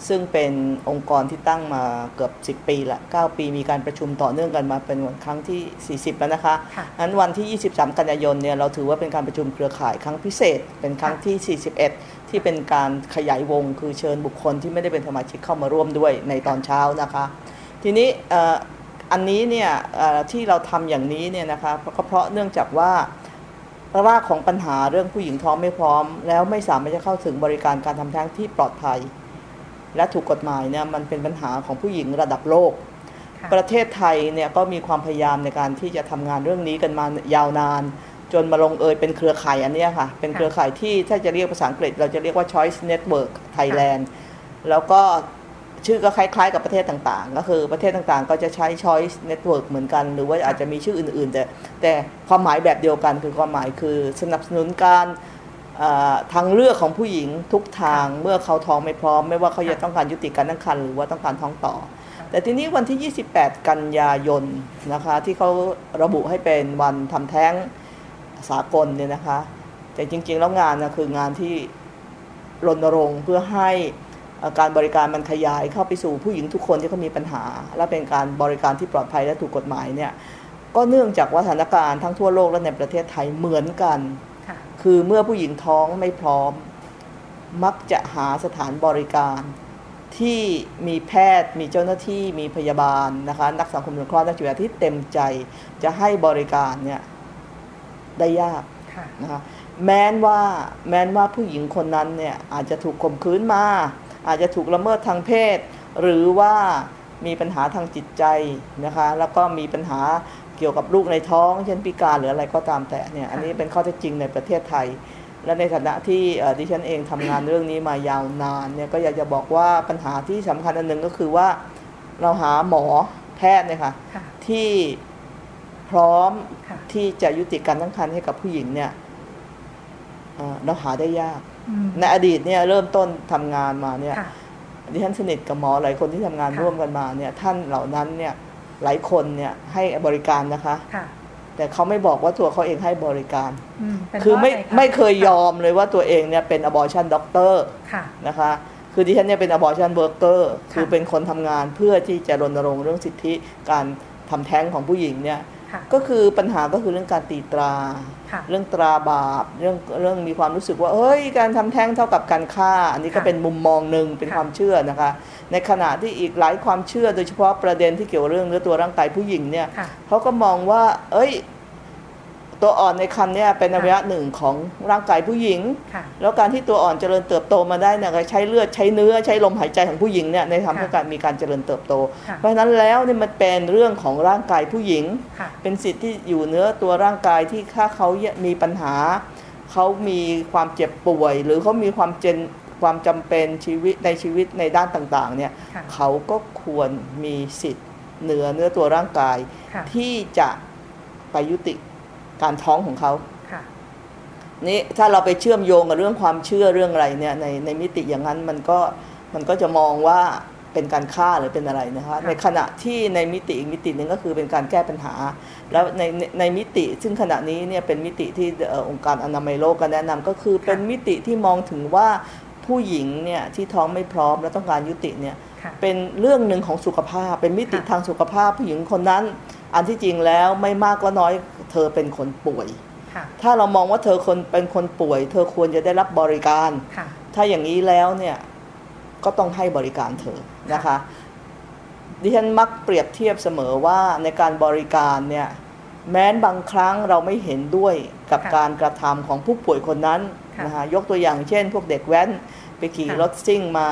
Speaker 8: ซึ่งเป็นองค์กรที่ตั้งมาเกือบ 10 ปีละ 9 ปีมีการประชุมต่อเนื่องกันมาเป็นวันครั้งที่ 40 แล้วนะคะ
Speaker 2: ค่ะ
Speaker 8: นั้นวันที่ 23 กันยายนเนี่ยเราถือว่าเป็นการประชุมเครือข่ายครั้งพิเศษ เป็นครั้งที่ 41 ที่เป็นการขยายวง คือเชิญบุคคลที่ไม่ได้เป็นสมาชิกเข้ามาร่วมด้วยในตอนเช้านะคะ ทีนี้เอ่ออันนี้เนี่ยเอ่อที่เราทำอย่างนี้เนี่ยนะคะก็เพราะเนื่องจากว่า รากของปัญหาเรื่องผู้หญิงท้องไม่พร้อม แล้วไม่สามารถจะเข้าถึงบริการการทำแท้งที่ปลอดภัย และถูกกฎหมายเนี่ยมันเป็นปัญหาของผู้หญิงระดับโลก
Speaker 2: ค่ะ
Speaker 8: ประเทศไทยเนี่ยก็มีความพยายามในการที่จะทำงานเรื่องนี้กันมายาวนาน จนมาลงเอยเป็นเครือข่ายอันเนี้ยค่ะ เป็นเครือข่ายที่ถ้าจะเรียกภาษาอังกฤษ เราจะเรียกว่า Choice Network Thailand แล้วก็ชื่อก็คล้ายๆกับประเทศต่างๆ ก็คือประเทศต่างๆ ก็จะใช้ Choice Network เหมือนกัน หรือว่าอาจจะมีชื่ออื่นๆ แต่แต่ความหมายแบบเดียวกันคือความหมายคือสนับสนุนการเอ่อทางเลือกของผู้หญิงทุกทางเมื่อเขาท้องไม่พร้อม ไม่ว่าเขาจะต้องการยุติการตั้งครรภ์หรือว่าต้องการท้องต่อ แต่ทีนี้วันที่ 28 กันยายนนะคะ ที่เขาระบุให้เป็นวันทำแท้งสากลเนี่ยนะคะ แต่จริงๆ แล้วงานนะคืองานที่รณรงค์เพื่อให้เอ่อการบริการมันขยายเข้าไปสู่ผู้หญิงทุกคนที่เขามีปัญหา และเป็นการบริการที่ปลอดภัยและถูกกฎหมายเนี่ยก็เนื่องจากว่าสถานการณ์ทั้งทั่วโลกและในประเทศไทยเหมือนกัน
Speaker 2: ค่ะ
Speaker 8: คือเมื่อผู้หญิงท้องไม่พร้อม มักจะหาสถานบริการ ที่มีแพทย์มีเจ้าหน้าที่มีพยาบาลนะคะ นักสังคมสงเคราะห์นักจิตวิทยาที่เต็มใจจะให้บริการเนี่ยได้ยาก
Speaker 2: ค่ะ
Speaker 8: นะคะแม้นว่าแม้นว่าผู้หญิงคนนั้นเนี่ยอาจจะถูกข่มขืนมา อาจจะถูกละเมิดทางเพศ หรือว่ามีปัญหาทางจิตใจนะคะแล้วก็มีปัญหาเกี่ยวกับลูกในท้อง เช่นพิการหรืออะไรก็ตามแต่เนี่ยอันนี้เป็นข้อเท็จจริงในประเทศไทย และในฐานะที่เอ่อดิฉันเองทำงานเรื่องนี้มายาวนานเนี่ยก็อยากจะบอกว่าปัญหาที่สำคัญอันหนึ่งก็คือว่าเราหาหมอแพทย์เนี่ยค่ะ
Speaker 2: ค่ะ
Speaker 8: ที่พร้อม
Speaker 2: ค่ะ
Speaker 8: ที่จะยุติการตั้งครรภ์ให้กับผู้หญิงเนี่ย เอ่อเราหาได้ยาก
Speaker 2: อืม
Speaker 8: ในอดีตเนี่ยเริ่มต้นทำงานมาเนี่ย
Speaker 2: ค่ะ
Speaker 8: ดิฉันสนิทกับหมอหลายคนที่ทำงาน
Speaker 2: ค่ะ
Speaker 8: ร่วมกันมาเนี่ยท่านเหล่านั้นเนี่ยหลายคนเนี่ยให้บริการนะคะ
Speaker 2: ค่ะ
Speaker 8: แต่เขาไม่บอกว่าตัวเขาเองให้บริการ
Speaker 2: อืมเป็น
Speaker 8: คือไม่
Speaker 2: พราะะระ
Speaker 8: ไม่เคยยอมเลยว่าตัวเองเนี่ยเป็น abortion doctor
Speaker 2: ค่ะ
Speaker 8: นะคะ คือดิฉันเนี่ยเป็น abortion worker คือเป็นคนทำงานเพื่อที่จะรณรงค์เรื่องสิทธิการทำแท้งของผู้หญิงเนี่ย
Speaker 2: ค่ะ
Speaker 8: ก็คือปัญหาก็คือเรื่องการตีตรา
Speaker 2: ค่ะ
Speaker 8: เรื่องตราบาป เรื่องเรื่องมีความรู้สึกว่าเฮ้ย การทำแท้งเท่ากับการฆ่า อันนี้ก็
Speaker 2: ค่ะ
Speaker 8: เป็นมุมมองหนึ่งเป็น
Speaker 2: ค่ะ
Speaker 8: ความเชื่อนะคะ ในขณะที่อีกหลายความเชื่อ โดยเฉพาะประเด็นที่เกี่ยวเรื่องเนื้อตัวร่างกายผู้หญิงเนี่ย
Speaker 2: ค่ะ
Speaker 8: เขาก็มองว่า เอ้ย ตัวอ่อนในคันเนี่ยเป็นอวัยวะหนึ่งของร่างกายผู้หญิง
Speaker 2: ค่ะ
Speaker 8: แล้วการที่ตัวอ่อนเจริญเติบโตมาได้เนี่ยก็ใช้เลือดใช้เนื้อใช้ลมหายใจของผู้หญิงเนี่ยในทำให้
Speaker 2: ค่ะ
Speaker 8: การมีการเจริญเติบโต
Speaker 2: ค่ะ
Speaker 8: เพราะฉะนั้นแล้วเนี่ยมันเป็นเรื่องของร่างกายผู้หญิง
Speaker 2: ค่ะ
Speaker 8: เป็นสิทธิ์ที่อยู่เนื้อตัวร่างกายที่ถ้าเขามีปัญหา เขามีความเจ็บป่วย หรือเขามีความเจนความจำเป็นชีวิตในชีวิตในด้านต่างๆเนี่ย
Speaker 2: ค่ะ
Speaker 8: เขาก็ควรมีสิทธิ์เหนือเนื้อตัวร่างกาย
Speaker 2: ค่ะ
Speaker 8: ที่จะไปยุติการท้องของเขา
Speaker 2: ค่ะ
Speaker 8: นี่ถ้าเราไปเชื่อมโยงกับเรื่องความเชื่อเรื่องอะไรเนี่ยในในมิติอย่างนั้นมันก็มันก็จะมองว่า เป็นการฆ่าหรือเป็นอะไรนะคะในขณะที่ในมิติอีกมิติหนึ่งก็คือเป็นการแก้ปัญหา แล้วในในในมิติซึ่งขณะนี้เนี่ยเป็นมิติที่เอ่อองค์การอนามัยโลกก็แนะนำก็คือเป็นมิติที่มองถึงว่าผู้หญิงเนี่ยที่ท้องไม่พร้อมและต้องการยุติเนี่ย
Speaker 2: ค่ะ
Speaker 8: เป็นเรื่องหนึ่งของสุขภาพ เป็นมิติ
Speaker 2: ค่ะ
Speaker 8: ทางสุขภาพผู้หญิงคนนั้น อันที่จริงแล้วไม่มากก็น้อยเธอเป็นคนป่วย
Speaker 2: ค่ะ
Speaker 8: ถ้าเรามองว่าเธอคนเป็นคนป่วย เธอควรจะได้รับบริการ
Speaker 2: ค่ะ
Speaker 8: ถ้าอย่างนี้แล้วเนี่ยก็ต้องให้บริการเธอนะคะดิฉันมักเปรียบเทียบเสมอว่าในการบริการเนี่ยแม้นบางครั้งเราไม่เห็นด้วยกับ
Speaker 2: ค่ะ
Speaker 8: การกระทำของผู้ป่วยคนนั้น
Speaker 2: ค่ะ
Speaker 8: นะคะยกตัวอย่างเช่น พวกเด็กแว้นไปขี่
Speaker 2: ค่ะ
Speaker 8: รถซิ่งมา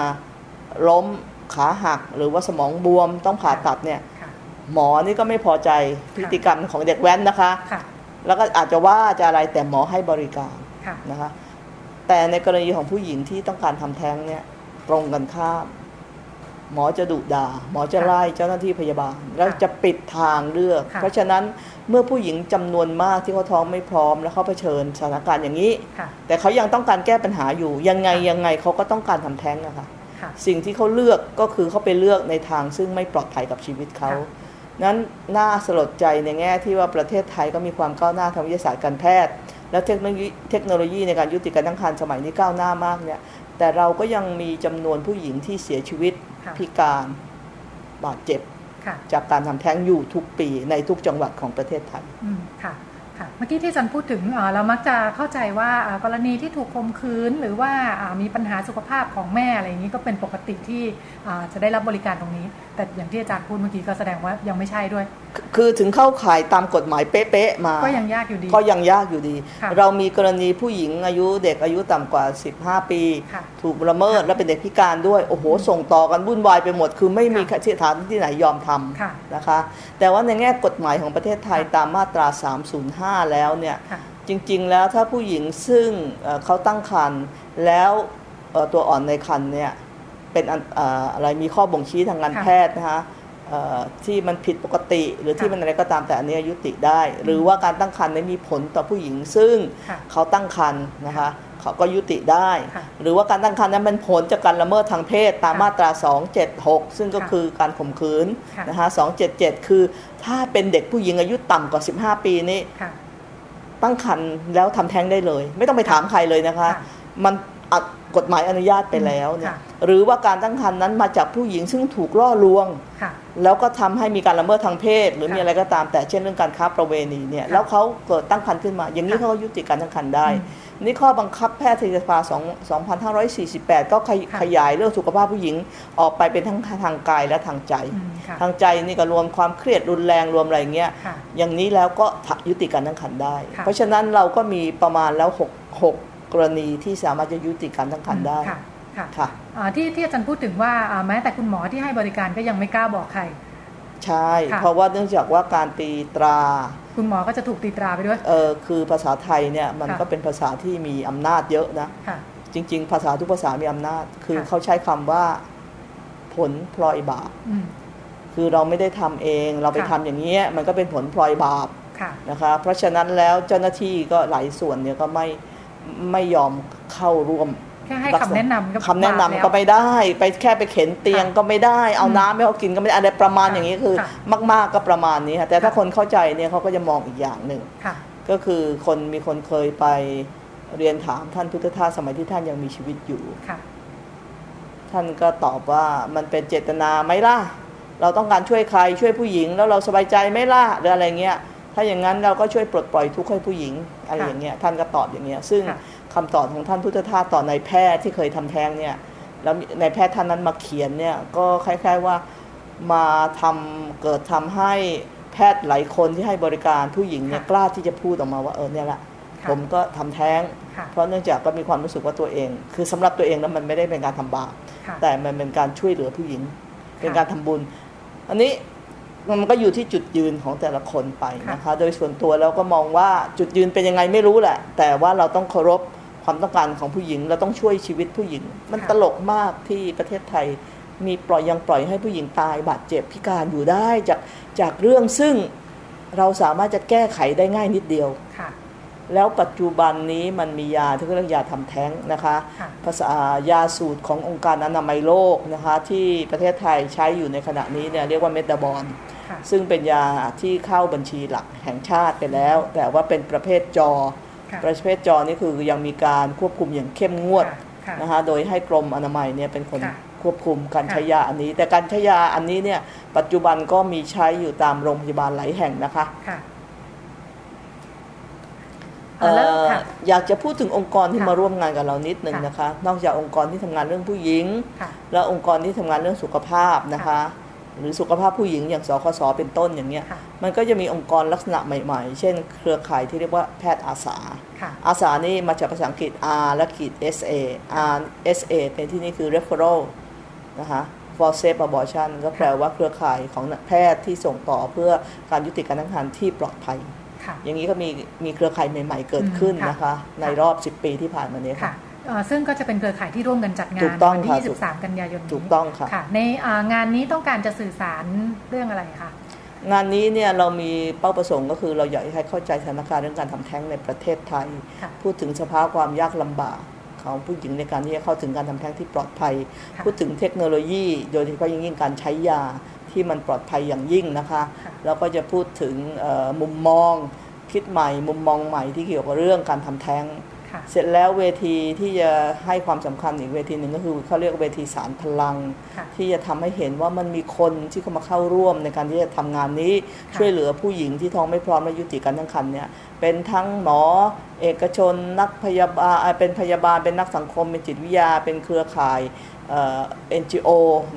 Speaker 8: ล้มขาหัก หรือว่าสมองบวมต้องผ่าตัดเนี่ย
Speaker 2: ค่ะ
Speaker 8: หมอนี่ก็ไม่พอใจพฤติกรรมของเด็กแว้นนะคะ
Speaker 2: ค่ะ
Speaker 8: แล้วก็อาจจะว่าจะอะไรแต่หมอให้บริการ
Speaker 2: ค่ะ
Speaker 8: นะคะแต่ในกรณีของผู้หญิงที่ต้องการทำแท้งเนี่ยตรงกันข้าม หมอจะดุดา่าหมอจะไล่เจ้าหน้าที่พยาบาล แล้วจะปิดทางเลือก
Speaker 2: ค่ะ
Speaker 8: เพราะฉะนั้นเมื่อผู้หญิงจำนวนมากที่เขาท้องไม่พร้อม แล้วเขาเผชิญสถานการณ์อย่างนี้
Speaker 2: ค่ะ
Speaker 8: แต่เขายังต้องการแก้ปัญหาอยู่ ยังไงยังไงเขาก็ต้องการทำแท้งนะคะ
Speaker 2: ค่ะ
Speaker 8: สิ่งที่เขาเลือกก็คือเขาไปเลือกในทางซึ่งไม่ปลอดภัยกับชีวิตเขา
Speaker 2: ค่ะ
Speaker 8: นั้นน่าสลดใจในแง่ที่ว่าประเทศไทยก็มีความก้าวหน้าทางวิทยาศาสตร์การแพทย์ และเทคโนโลยีเทคโนโลยีในการยุติการตั้งครรภ์สมัยนี้ก้าวหน้ามากเนี่ย แต่เราก็ยังมีจำนวนผู้หญิงที่เสียชีวิต
Speaker 2: ค่ะ
Speaker 8: พิการบาดเจ็บ
Speaker 2: ค่ะ
Speaker 8: จากการทำแท้งอยู่ทุกปีในทุกจังหวัดของประเทศไทย
Speaker 2: อืมค่ะค่ะเมื่อกี้ที่อาจันพูดถึงเอ่อเรามักจะเข้าใจว่าอ่ากรณีที่ถูกคมคืนหรือว่าอ่ามีปัญหาสุขภาพของแม่อะไรอย่างนี้ก็เป็นปกติที่อ่าจะได้รับบริการตรงนี้ แต่อย่างที่อาจารย์พูดเมื่อกี้ก็แสดงว่ายังไม่ใช่ด้วย
Speaker 8: คือคือถึงเข้าข่ายตามกฎหมายเป๊ะๆมา
Speaker 2: ก็ยังยากอยู่ดี
Speaker 8: ก็ยังยากอยู่ดี
Speaker 2: ค่ะ
Speaker 8: เรามีกรณีผู้หญิงอายุเด็กอายุต่ำกว่า 15 ปี
Speaker 2: ค่ะ
Speaker 8: ถูกละเมิดและเป็นเด็กพิการด้วย โอ้โห ส่งต่อกันวุ่นวายไปหมด คือไม่มี
Speaker 2: ค่ะ
Speaker 8: สถานที่ไหนยอมท
Speaker 2: ค่ะ
Speaker 8: ำนะคะ แต่ว่าในแง่กฎหมายของประเทศไทย
Speaker 2: ค่ะ
Speaker 8: ตามมาตรา 305 แล้วเนี่ย
Speaker 2: ค่ะ
Speaker 8: จริงๆ แล้วถ้าผู้หญิงซึ่งเอ่อเขาตั้งครรภ์แล้วเอ่อตัวอ่อนในครรภ์เนี่ยเป็นอันเอ่ออะไรมีข้อบ่งชี้ทางการ
Speaker 2: ค่ะ
Speaker 8: แพทย์นะคะเอ่อที่มันผิดปกติหรือ
Speaker 2: ค่ะ
Speaker 8: ที่มันอะไรก็ตามแต่อันเนี้ยยุติได้ หรือว่าการตั้งครรภ์ไม่มีผลต่อผู้หญิงซึ่ง
Speaker 2: ค่ะ
Speaker 8: เขาตั้งครรภ์นะคะเขาก็ยุติได้
Speaker 2: ค่ะ
Speaker 8: หรือว่าการตั้งครรภ์นั้นเป็นผลจากการละเมิดทางเพศตาม
Speaker 2: ค่ะ
Speaker 8: มาตรา 276 ซึ่งก็
Speaker 2: ค่ะ
Speaker 8: คือการข่มขืน
Speaker 2: ค่ะ
Speaker 8: นะคะ277 คือถ้าเป็นเด็กผู้หญิงอายุต่ำกว่า 15 ปีนี่
Speaker 2: ค่ะ
Speaker 8: ตั้งครรภ์แล้วทำแท้งได้เลย ไม่ต้องไปถามใครเลยนะคะ
Speaker 2: ค่ะ
Speaker 8: มันอัดกฎหมายอนุญาตไปแล้วเนี่ย
Speaker 2: ค่ะ
Speaker 8: หรือว่าการตั้งครรภ์นั้นมาจากผู้หญิงซึ่งถูกล่อลวง
Speaker 2: ค่ะ
Speaker 8: แล้วก็ทำให้มีการละเมิดทางเพศ หรือ
Speaker 2: ค่ะ
Speaker 8: มีอะไรก็ตามแต่เช่นเรื่องการค้าประเวณีเนี่ย
Speaker 2: ค่ะ
Speaker 8: แล้วเขาเกิดตั้งครรภ์ขึ้นมา อย่างนี้
Speaker 2: ค่ะ
Speaker 8: เขาก็ยุติการตั้งครรภ์ได้ นี่ข้อบังคับแพทยสภา2 2548 ก็ขย
Speaker 2: ค่ะ
Speaker 8: ขยายเรื่องสุขภาพผู้หญิงออกไปเป็นทั้งทางกายและทางใจ
Speaker 2: อืมค่ะ
Speaker 8: ทางใจนี่ก็รวมความเครียดรุนแรงรวมอะไรอย่างเงี้ย
Speaker 2: ค่ะ
Speaker 8: อย่างนี้แล้วก็ยุติการตั้งครรภ์ได้
Speaker 2: ค่ะ
Speaker 8: เพราะฉะนั้นเราก็มีประมาณแล้วหกหกกรณีที่สามารถจะยุติการตั้งครรภ์ได้
Speaker 2: ค่ะค่ะ
Speaker 8: ค่ะ
Speaker 2: อ่าที่ที่อาจารย์พูดถึงว่าอ่าแม้แต่คุณหมอที่ให้บริการก็ยังไม่กล้าบอกใคร
Speaker 8: ใช่
Speaker 2: ค่ะ
Speaker 8: เพราะว่าเนื่องจากว่าการตีตรา
Speaker 2: คุณหมอก็จะถูกตีตราไปด้วย
Speaker 8: เออคือภาษาไทยเนี่ยมัน
Speaker 2: ค่ะ
Speaker 8: ก็เป็นภาษาที่มีอำนาจเยอะนะ
Speaker 2: ค่ะ
Speaker 8: จริง ๆ ภาษาทุกภาษามีอำนาจ คือ
Speaker 2: ค่ะ
Speaker 8: เขาใช้คำว่าผลพลอยบาป
Speaker 2: อืม
Speaker 8: คือเราไม่ได้ทำเองเราไป
Speaker 2: ค่ะ
Speaker 8: ทำอย่างเงี้ยมันก็เป็นผลพลอยบาป
Speaker 2: ค่ะ
Speaker 8: นะคะ เพราะฉะนั้นแล้วเจ้าหน้าที่ก็หลายส่วนเนี่ยก็ไม่ไม่ยอมเข้าร่วม
Speaker 2: แค่ให้
Speaker 8: รักษา
Speaker 2: คำแนะนำก็
Speaker 8: คำแนะนำ
Speaker 2: บาปล้ว
Speaker 8: ก็ไม่ได้ ไปแค่ไปเข็นเตียง
Speaker 2: ค่ะ
Speaker 8: ก็ไม่ได้ เอา
Speaker 2: อืม
Speaker 8: น้ำให้เขากินก็ไม่ได้อะไรประมาณอย่างนี้คือ
Speaker 2: ค่ะ
Speaker 8: มาก ๆก็ประมาณนี้ค่ะแต่ถ้า
Speaker 2: ค่ะ
Speaker 8: คนเข้าใจเนี่ยเขาก็จะมองอีกอย่างหนึ่ง
Speaker 2: ค่ะ
Speaker 8: ก็คือคนมีคนเคยไปเรียนถามท่านพุทธทาสสมัยที่ท่านยังมีชีวิตอยู่
Speaker 2: ค่ะ
Speaker 8: ท่านก็ตอบว่ามันเป็นเจตนาไหมล่ะ เราต้องการช่วยใครช่วยผู้หญิง แล้วเราสบายใจไหมล่ะหรืออะไรเงี้ยถ้าอย่างนั้นเราก็ช่วยปลดปล่อยทุกข์ให้ผู้หญิงอะไร
Speaker 2: ค่ะ
Speaker 8: อย่างเงี้ยท่านก็ตอบอย่างเงี้ยซึ่ง
Speaker 2: ค่ะ
Speaker 8: คำตอบของท่านพุทธทาสต่อนายแพทย์ที่เคยทำแท้งเนี่ยแล้วนายแพทย์ท่านนั้นมาเขียนเนี่ยก็คล้ายๆว่ามาทำเกิดทำให้แพทย์หลายคนที่ให้บริการผู้หญิงเนี่ย
Speaker 2: ค่ะ
Speaker 8: กล้าที่จะพูดออกมาว่าเออเนี่ยแหละ
Speaker 2: ค่ะ
Speaker 8: ผมก็ทำแท้ง
Speaker 2: ค่ะ
Speaker 8: เพราะเนื่องจากก็มีความรู้สึกว่าตัวเอง คือสำหรับตัวเองแล้วมันไม่ได้เป็นการทำบาป
Speaker 2: ค่ะ
Speaker 8: แต่มันเป็นการช่วยเหลือผู้หญิง เป็นการทำบุญ อันนี้มันก็อยู่ที่จุดยืนของแต่ละคนไปนะคะ โดยส่วนตัวเราก็มองว่าจุดยืนเป็นยังไงไม่รู้แหละ แต่ว่าเราต้องเคารพความต้องการของผู้หญิง เราต้องช่วยชีวิตผู้หญิง มัน
Speaker 2: ค่ะ
Speaker 8: ตลกมากที่ประเทศไทย มีปล่อยยังปล่อยให้ผู้หญิงตายบาดเจ็บพิการอยู่ได้จากจากเรื่องซึ่งเราสามารถจะแก้ไขได้ง่ายนิดเดียว
Speaker 2: ค่ะ
Speaker 8: แล้วปัจจุบันนี้มันมียาที่เรียกยาทำแท้งนะคะ
Speaker 2: ค่ะ
Speaker 8: ภาษายาสูตรขององค์การอนามัยโลกนะคะที่ประเทศไทยใช้อยู่ในขณะนี้เนี่ยเรียกว่าเมตาบอล
Speaker 2: ค่ะ
Speaker 8: ซึ่งเป็นยาที่เข้าบัญชีหลักแห่งชาติไปแล้ว แต่ว่าเป็นประเภทจอ
Speaker 2: ค่ะ
Speaker 8: ประเภทจอนี่คือยังมีการควบคุมอย่างเข้มงวด
Speaker 2: ค่ะ
Speaker 8: นะคะโดยให้กรมอนามัยเนี่ยเป็นคน
Speaker 2: ค่ะ
Speaker 8: ควบคุมการ
Speaker 2: ค่ะ
Speaker 8: ใช้ยาอันนี้ แต่การใช้ยาอันนี้เนี่ยปัจจุบันก็มีใช้อยู่ตามโรงพยาบาลหลายแห่งนะคะ
Speaker 2: ค่ะ
Speaker 8: เอ่
Speaker 2: อ่าแล้ว
Speaker 8: อ
Speaker 2: ค่ะ
Speaker 8: อยากจะพูดถึงองค์กรที่
Speaker 2: ค่ะ
Speaker 8: มาร่วมงานกับเรานิดหนึ่ง
Speaker 2: ค่ะ
Speaker 8: นะคะ นอกจากองค์กรที่ทำงานเรื่องผู้หญิง
Speaker 2: ค่ะ
Speaker 8: และองค์กรที่ทำงานเรื่องสุขภาพนะคะ หรือสุขภาพผู้หญิงอย่างสคสเป็นต้นอย่างเงี้ย
Speaker 2: ค่ะ
Speaker 8: มันก็จะมีองค์กรลักษณะใหม่ๆ เช่น เครือข่ายที่เรียกว่าแพทย์อาสา
Speaker 2: ค่ะ
Speaker 8: อาสานี่มาจากภาษาอังกฤษ R และขีด SA R SA ในที่นี้คือ referral นะคะ for safe abortion ก็แปลว่าเครือข่ายของแพทย์ที่ส่งต่อเพื่อการยุติการตั้งครรภ์ที่ปลอดภัย
Speaker 2: ค่ะ
Speaker 8: อย่างนี้ก็มีมีเครือข่ายใหม่ๆเกิดขึ้นนะคะ ในรอบ 10 ปีที่ผ่านมานี้
Speaker 2: ค่ะ
Speaker 8: ค่ะ
Speaker 2: เอ่อซึ่งก็จะเป็นเครือข่ายที่ร่วมกันจัดงาน
Speaker 8: ถูกต้อง
Speaker 2: วัที่
Speaker 8: ค่ะถูก
Speaker 2: 23 กันยายนนี้
Speaker 8: ถูกต้องค่ะ
Speaker 2: ค่ะ ในเอ่องานนี้ต้องการจะสื่อสารเรื่องอะไรคะ
Speaker 8: งานนี้เนี่ยเรามีเป้าประสงค์ก็คือเราอยากให้เข้าใจสถานการณ์เรื่องการทำแท้งในประเทศไทย
Speaker 2: ค่ะ
Speaker 8: พูดถึงสภาพความยากลำบากของผู้หญิงในการที่จะเข้าถึงการทำแท้งที่ปลอดภัย
Speaker 2: ค่ะ
Speaker 8: พูดถึงเทคโนโลยี โดยเฉพาะอย่างยิ่งการใช้ยาที่มันปลอดภัยอย่างยิ่งนะคะ
Speaker 2: ค่ะ
Speaker 8: แล้วก็จะพูดถึงเอ่อมุมมอง คิดใหม่ มุมมองใหม่ที่เกี่ยวกับเรื่องการทำแท้ง
Speaker 2: ค่ะ
Speaker 8: เสร็จแล้วเวทีที่จะให้ความสำคัญอีกเวทีหนึ่งก็คือเขาเรียกเวทีสารพลัง
Speaker 2: ค่ะ
Speaker 8: ที่จะทำให้เห็นว่ามันมีคนที่เข้ามาเข้าร่วมในการที่จะทำงานนี้
Speaker 2: ค่ะ
Speaker 8: ช่วยเหลือผู้หญิงที่ท้องไม่พร้อมและยุติการตั้งครรภ์เนี่ยเป็นทั้งหมอ เอกชน นักพยาบาลอ่าเป็นพยาบาลเป็นนักสังคมเป็นจิตวิทยา เป็นเครือข่ายเอ่อ NGO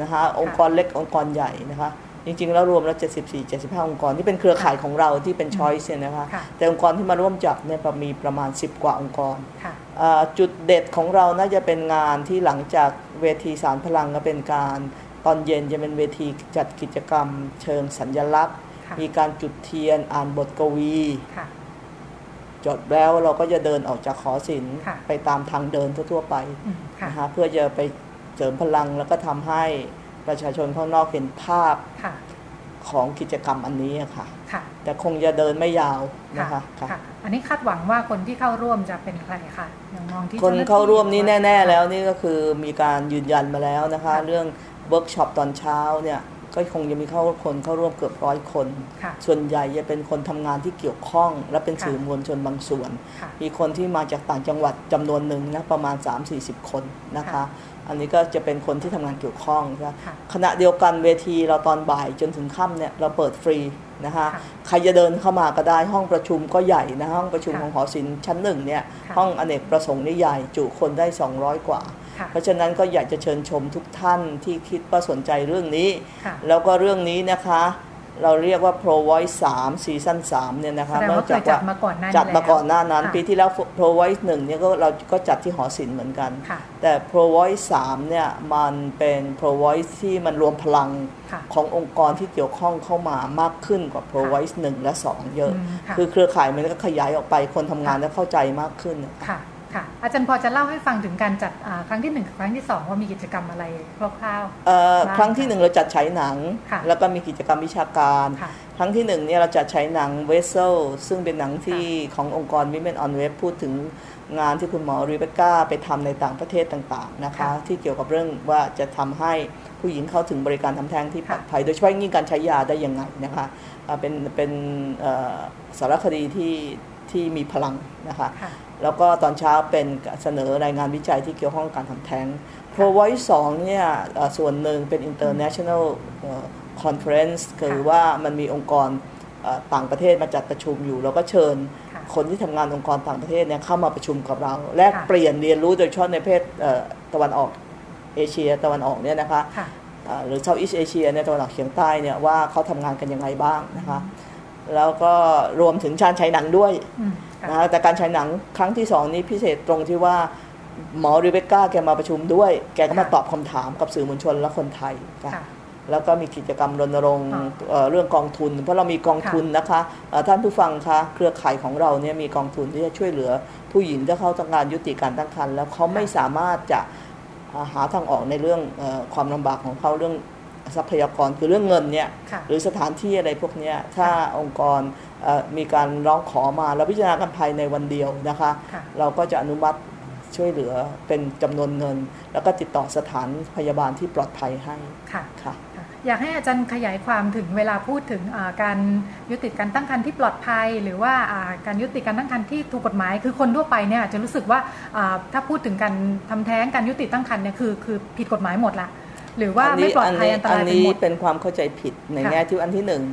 Speaker 8: นะคะองค์กรเล็กองค์กรใหญ่นะคะจริงๆแล้วรวมแล้ว 74 75 องค์กรที่เป็นเครือข่ายของเราที่เป็นช้อยส์เนี่ยนะคะ
Speaker 2: ค่ะ
Speaker 8: แต่องค์กรที่มาร่วมจัดเนี่ยประมีประมาณ 10 กว่าองค์กร
Speaker 2: ค่ะ
Speaker 8: เอ่อจุดเด็ดของเราน่าจะเป็นงานที่หลังจากเวทีสารพลังก็เป็นการ ตอนเย็นจะเป็นเวทีจัดกิจกรรม เชิงสัญญลักษณ์
Speaker 2: ค่ะ
Speaker 8: มีการจุดเทียนอ่านบทกวี
Speaker 2: ค่ะ
Speaker 8: จดแล้วเราก็จะเดินออกจากขอศิลป์
Speaker 2: ค่ะ
Speaker 8: ไปตามทางเดินทั่วๆไป
Speaker 2: อืมค่ะ
Speaker 8: นะคะเพื่อจะไปเสริมพลังแล้วก็ทำให้ประชาชนข้างนอกเห็นภาพ
Speaker 2: ค่ะ
Speaker 8: ของกิจกรรมอันนี้อะค่ะ
Speaker 2: ค่ะ
Speaker 8: แต่คงจะเดินไม่ยาวนะ
Speaker 2: ค่ะ
Speaker 8: คะค่ะ
Speaker 2: ค่ะ อันนี้คาดหวังว่าคนที่เข้าร่วมจะเป็นใครคะอย่างน้องที่
Speaker 8: คน
Speaker 2: จ้หที่
Speaker 8: เข้าร่วมนี้แน่
Speaker 2: ค่ะ
Speaker 8: ๆ แล้วนี่ก็คือมีการยืนยันมาแล้วนะคะ
Speaker 2: ค่ะ
Speaker 8: เรื่องเวิร์กช็อปตอนเช้าเนี่ยก็คงจะมีเข้าคนเข้าร่วมเกือบร้อยคน
Speaker 2: ค่ะ
Speaker 8: ส่วนใหญ่จะเป็นคนทำงานที่เกี่ยวข้อง และเป็น
Speaker 2: ค่ะ
Speaker 8: สื่อมวลชนบางส่วน
Speaker 2: ค่ะ
Speaker 8: มีคนที่มาจากต่างจังหวัดจำนวนหนึ่งนะประมาณ 3-40 คนนะคะ
Speaker 2: ค่ะ
Speaker 8: อันนี้ก็จะเป็นคนที่ทำงานเกี่ยวข้องนะ
Speaker 2: ค่ะ
Speaker 8: ขณะเดียวกันเวทีเราตอนบ่ายจนถึงค่ำเนี่ยเราเปิดฟรีนะคะ
Speaker 2: ค่ะ
Speaker 8: ใครจะเดินเข้ามาก็ได้ห้องประชุมก็ใหญ่นะห้องประชุม
Speaker 2: ค่ะ
Speaker 8: ของหอศิลป์ชั้นหนึ่งเนี่ย
Speaker 2: ค่ะ
Speaker 8: ห้องอเนกประสงค์นี่ใหญ่จุคนได้ 200 กว่า
Speaker 2: ค่ะ
Speaker 8: เพราะฉะนั้นก็อยากจะเชิญชมทุกท่านที่คิดว่าสนใจเรื่องนี้
Speaker 2: ค่ะ
Speaker 8: แล้วก็เรื่องนี้นะคะ เราเรียกว่า Pro Voice 3 ซีซั่น3เนี่ยนะคะ
Speaker 2: แสดงว่าเคยจัดมาก่อนหน้านี้
Speaker 8: จัดมาก่อนหน้านั้น
Speaker 2: แล้ว
Speaker 8: ปีที่แล้ว Pro Voice 1เนี่ยก็เราก็จัดที่หอศิลป์เหมือนกัน
Speaker 2: ค่ะ
Speaker 8: แต่ Pro Voice 3เนี่ยมันเป็น Pro Voice ที่มันรวมพลัง
Speaker 2: ค่ะ
Speaker 8: ขององค์กรที่เกี่ยวข้องเข้ามามากขึ้นกว่า Pro Voice 1 และ 2 เยอะ
Speaker 2: อืมค่ะ
Speaker 8: คือเครือข่ายมันก็ขยายออกไปคนทำงานแล้วเข้าใจมากขึ้นนะคะ
Speaker 2: ค่ะ ค่ะ อาจารย์พอจะเล่าให้ฟังถึงการจัดอ่าครั้งที่หนึ่งกับครั้งที่สองว่ามีกิจกรรมอะไรคร่าว
Speaker 8: เอ่อ
Speaker 2: บ้าง
Speaker 8: ครั้งที่หนึ่งเราจัดฉายหนัง
Speaker 2: ค่ะ
Speaker 8: แล้วก็มีกิจกรรมวิชาการ
Speaker 2: ค่ะ
Speaker 8: ครั้งที่หนึ่งเนี่ยเราจัดฉายหนัง Vessel ซึ่งเป็นหนังที่ขององค์กร Women on Web พูดถึงงานที่คุณหมอริเบคก้าไปทำในต่างประเทศต่างๆนะคะ
Speaker 2: ค่ะ
Speaker 8: ที่เกี่ยวกับเรื่องว่าจะทำให้ผู้หญิงเข้าถึงบริการทำแท้งที่ปลอดภัย โดยเฉพาะอย่างยิ่งการใช้ยาได้ยังไงนะคะเอ่อเป็นเป็นเอ่อสารคดีที่ที่มีพลังนะคะ
Speaker 2: ๆ ค่ะ
Speaker 8: แล้วก็ตอนเช้าเป็นเสนอรายงานวิจัยที่เกี่ยวข้องกับการทำแท้ง Pro Voice 2เนี่ยเอ่อส่วนหนึ่งเป็น international เอ่อ conference คือว่ามันมีองค์กรเอ่อต่างประเทศมาจัดประชุมอยู่ แล้วก็เชิญ
Speaker 2: ค่ะ
Speaker 8: คนที่ทำงานองค์กรต่างประเทศเนี่ยเข้ามาประชุมกับเรา แลก
Speaker 2: ค่ะ
Speaker 8: เปลี่ยนเรียนรู้โดยเฉพาะในเพศเอ่อตะวันออกเอเชียตะวันออกเนี่ยนะคะ
Speaker 2: ค่ะ
Speaker 8: อ่าหรือ Southeast Asia เนี่ยตะวันออกเฉียงใต้เนี่ยว่าเขาทำงานกันยังไงบ้างนะคะ แล้วก็รวมถึงชาญชัยหนังด้วย
Speaker 2: อืมค่ะ
Speaker 8: นะคะแต่การฉายหนังครั้งที่สองนี้พิเศษตรงที่ว่าหมอริเบคก้าแกมาประชุมด้วย แกก็มา
Speaker 2: ค่ะ
Speaker 8: ตอบคำถามกับสื่อมวลชนและคนไทยค่ะ
Speaker 2: ค่ะ
Speaker 8: แล้วก็มีกิจกรรมรณรงค์
Speaker 2: อ่า
Speaker 8: เอ่อเรื่องกองทุน เพราะเรามีกองทุนนะคะเอ่อท่านผู้ฟังคะเครือข่ายของเราเนี่ยมีกองทุนที่จะช่วยเหลือผู้หญิงที่เขาต้องการยุติการตั้งครรภ์แล้วเขาไม่สามารถจะอ่าหาทางออกในเรื่องเออความลำบากของเขาเรื่องทรัพยากรคือเรื่องเงินเนี่ย
Speaker 2: ค่ะ
Speaker 8: หรือสถานที่อะไรพวกเนี้ยถ้าองค์กร เอ่อมีการร้องขอมาเราพิจารณากันภายในวันเดียวนะคะ
Speaker 2: ค่ะ
Speaker 8: เราก็จะอนุมัติช่วยเหลือเป็นจำนวนเงิน แล้วก็ติดต่อสถานพยาบาลที่ปลอดภัยให้
Speaker 2: ค่ะ
Speaker 8: ค่ะ
Speaker 2: อยากให้อาจารย์ขยายความถึงเวลาพูดถึงอ่าการยุติการตั้งครรภ์ที่ปลอดภัย หรือว่าอ่าการยุติการตั้งครรภ์ที่ถูกกฎหมาย คือคนทั่วไปเนี่ยอาจจะรู้สึกว่าอ่าถ้าพูดถึงการทำแท้งการยุติตั้งครรภ์เนี่ยคือคือผิดกฎหมายหมดละ หรือว่าไม่ปลอดภัยอันตราย
Speaker 8: อัน
Speaker 2: ไป
Speaker 8: นี้
Speaker 2: หมด
Speaker 8: เป็นความเข้าใจผิดใน
Speaker 2: ค่ะ
Speaker 8: แง่ที่อันที่หนึ่ง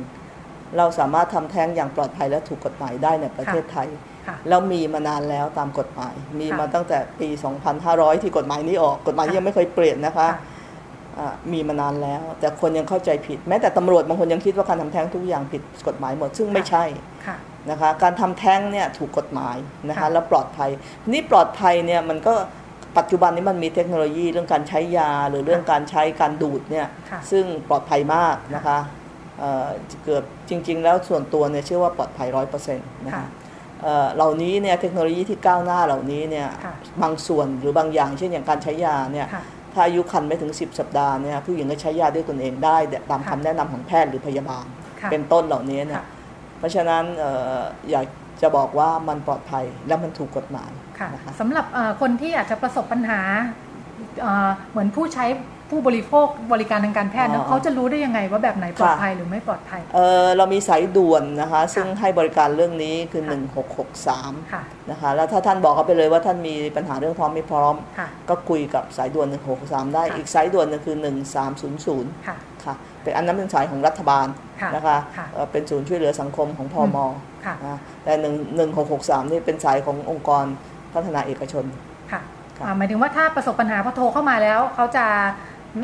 Speaker 8: เราสามารถทำแท้งอย่างปลอดภัยและถูกกฎหมายได้ในประเทศไทย
Speaker 2: ค่ะ
Speaker 8: แล้วมีมานานแล้วตามกฎหมาย มีมา
Speaker 2: ค่ะ
Speaker 8: ตั้งแต่ปี 2500 ที่กฎหมายนี้ออกกฎหมายนี้
Speaker 2: ค่ะ
Speaker 8: ยังไม่เคยเปลี่ยนนะคะ
Speaker 2: ค่ะ
Speaker 8: อ่ามีมานานแล้ว แต่คนยังเข้าใจผิด แม้แต่ตำรวจบางคนยังคิดว่าการทำแท้งทุกอย่างผิดกฎหมายหมด ซึ่งไม่
Speaker 2: ค่ะ
Speaker 8: ใช่
Speaker 2: ค่ะ
Speaker 8: นะคะการทำแท้งเนี่ยถูกกฎหมายนะคะ
Speaker 2: ค่ะ
Speaker 8: แล้วปลอดภัย นี่ปลอดภัยเนี่ยมันก็ปัจจุบันนี้มันมีเทคโนโลยีเรื่องการใช้ยา หรือเรื่องการใช้การดูดเนี่ย
Speaker 2: ค่ะ
Speaker 8: ซึ่งปลอดภัยมากนะคะเอ่อเกือบจริง ๆ แล้วส่วนตัวเนี่ยเชื่อว่าปลอดภัยร้อยเปอร์เซ็นต์นะคะ
Speaker 2: ค่ะ
Speaker 8: เอ่อเหล่านี้เนี่ยเทคโนโลยีที่ก้าวหน้าเหล่านี้เนี่ย
Speaker 2: ค่ะ
Speaker 8: บางส่วนหรือบางอย่างเช่นอย่างการใช้ยาเนี่ย
Speaker 2: ค่ะ
Speaker 8: ถ้าอายุคันไม่ถึง 10 สัปดาห์เนี่ยผู้หญิงก็ใช้ยาด้วยตนเองได้แต่ตาม
Speaker 2: ค่ะ
Speaker 8: คำแนะนำของแพทย์หรือพยาบาล
Speaker 2: ค่ะ
Speaker 8: เป็นต้นเหล่านี้เนี่ย
Speaker 2: ค่ะ
Speaker 8: เพราะฉะนั้นเอ่ออยากจะบอกว่ามันปลอดภัยและมันถูกกฎหมาย
Speaker 2: ค่ะ
Speaker 8: นะคะ
Speaker 2: สำหรับเอ่อคนที่อาจจะประสบปัญหาเอ่อเหมือนผู้ใช้ผู้บริโภคบริการทางการแพทย์เน
Speaker 8: อ๋
Speaker 2: อะ
Speaker 8: อ
Speaker 2: เขาจะรู้ได้ยังไงว่าแบบไหนปลอด
Speaker 8: ค่ะ
Speaker 2: ภัยหรือไม่ปลอดภัย
Speaker 8: เอ่อเรามีสายด่วนนะคะซึ่ง
Speaker 2: ค่ะ
Speaker 8: ให้บริการเรื่องนี้คือ
Speaker 2: ค่ะ
Speaker 8: 1663
Speaker 2: ค่ะ
Speaker 8: นะคะแล้วถ้าท่านบอกเขาไปเลยว่าท่านมีปัญหาเรื่องพร้อมไม่พร้อม
Speaker 2: ค่ะ
Speaker 8: ก็คุยกับสายด่วน 163 ได้
Speaker 2: ค่ะ
Speaker 8: อีกสายด่วนหนึงคือ 1300
Speaker 2: ค่ะ
Speaker 8: ค่ะเป็นอันนั้นเป็นสายของรัฐบาล
Speaker 2: ค่ะ
Speaker 8: นะคะ
Speaker 2: ค่ะ
Speaker 8: เอ่อเป็นศูนย์ช่วยเหลือสังคมของพม
Speaker 2: ค่ะ
Speaker 8: นะแต่1 1663 นี่เป็นสายขององค์กรพัฒนาเอกชน
Speaker 2: ค่ะ
Speaker 8: ครับ
Speaker 2: อ่าหมายถึงว่าถ้าประสบปัญหาพอโทรเข้ามาแล้วเขาจะ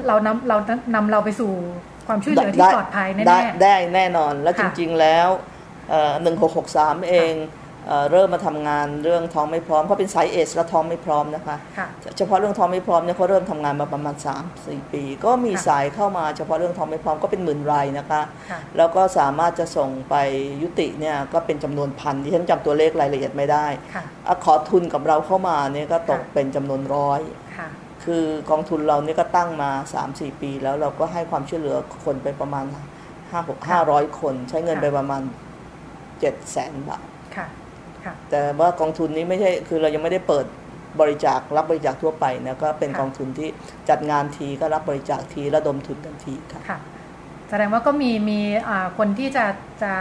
Speaker 2: เรานำเรานำเราไปสู่ความช่วยเหลือที่ปลอดภัยแน่
Speaker 8: ได้
Speaker 2: ๆ
Speaker 8: ได้แน่นอนแล้วจ
Speaker 2: ค่ะ
Speaker 8: ริงๆแล้วเอ่อ1663 เองเอ่อเริ่มมาทำงานเรื่องท้องไม่พร้อมเขาเป็นสายเอสและท้องไม่พร้อมนะคะ
Speaker 2: ค่ะ
Speaker 8: เฉพาะเรื่องท้องไม่พร้อมเนี่ยเขาเริ่มทำงานมาประมาณ 3 4 ปี ก็มี
Speaker 2: ค่ะ
Speaker 8: สายเข้ามาเฉพาะเรื่องท้องไม่พร้อมก็เป็นหมื่นรายนะคะ
Speaker 2: ค่ะ
Speaker 8: แล้วก็สามารถจะส่งไปยุติเนี่ยก็เป็นจำนวนพันที่ฉันจำตัวเลขรายละเอียดไม่ได้
Speaker 2: ค่ะ
Speaker 8: อะขอทุนกับเราเข้ามาเนี่ยก็ตก
Speaker 2: ค่ะ
Speaker 8: เป็นจำนวนร้อย
Speaker 2: ค่ะ
Speaker 8: คือกองทุนเราเนี่ยก็ตั้งมา 3-4 ปี แล้วเราก็ให้ความช่วยเหลือคนไปประมาณ5 6 500 คน ใช้เงิน
Speaker 2: ค่ะ
Speaker 8: ไปประมาณ 7 0 0 0 0 0บาท
Speaker 2: ค่ะค่ะ
Speaker 8: แต่ว่ากองทุนนี้ไม่ใช่ คือเรายังไม่ได้เปิดบริจาครับ บริจาคทั่วไปนะ ก็เป็น
Speaker 2: ค่ะ
Speaker 8: กองทุนที่จัดงานทีก็รับบริจาคทีระดมทุนกันทีค่ะ
Speaker 2: ค่ะแสดงว่าก็มีมีอ่าคนที่จะจะ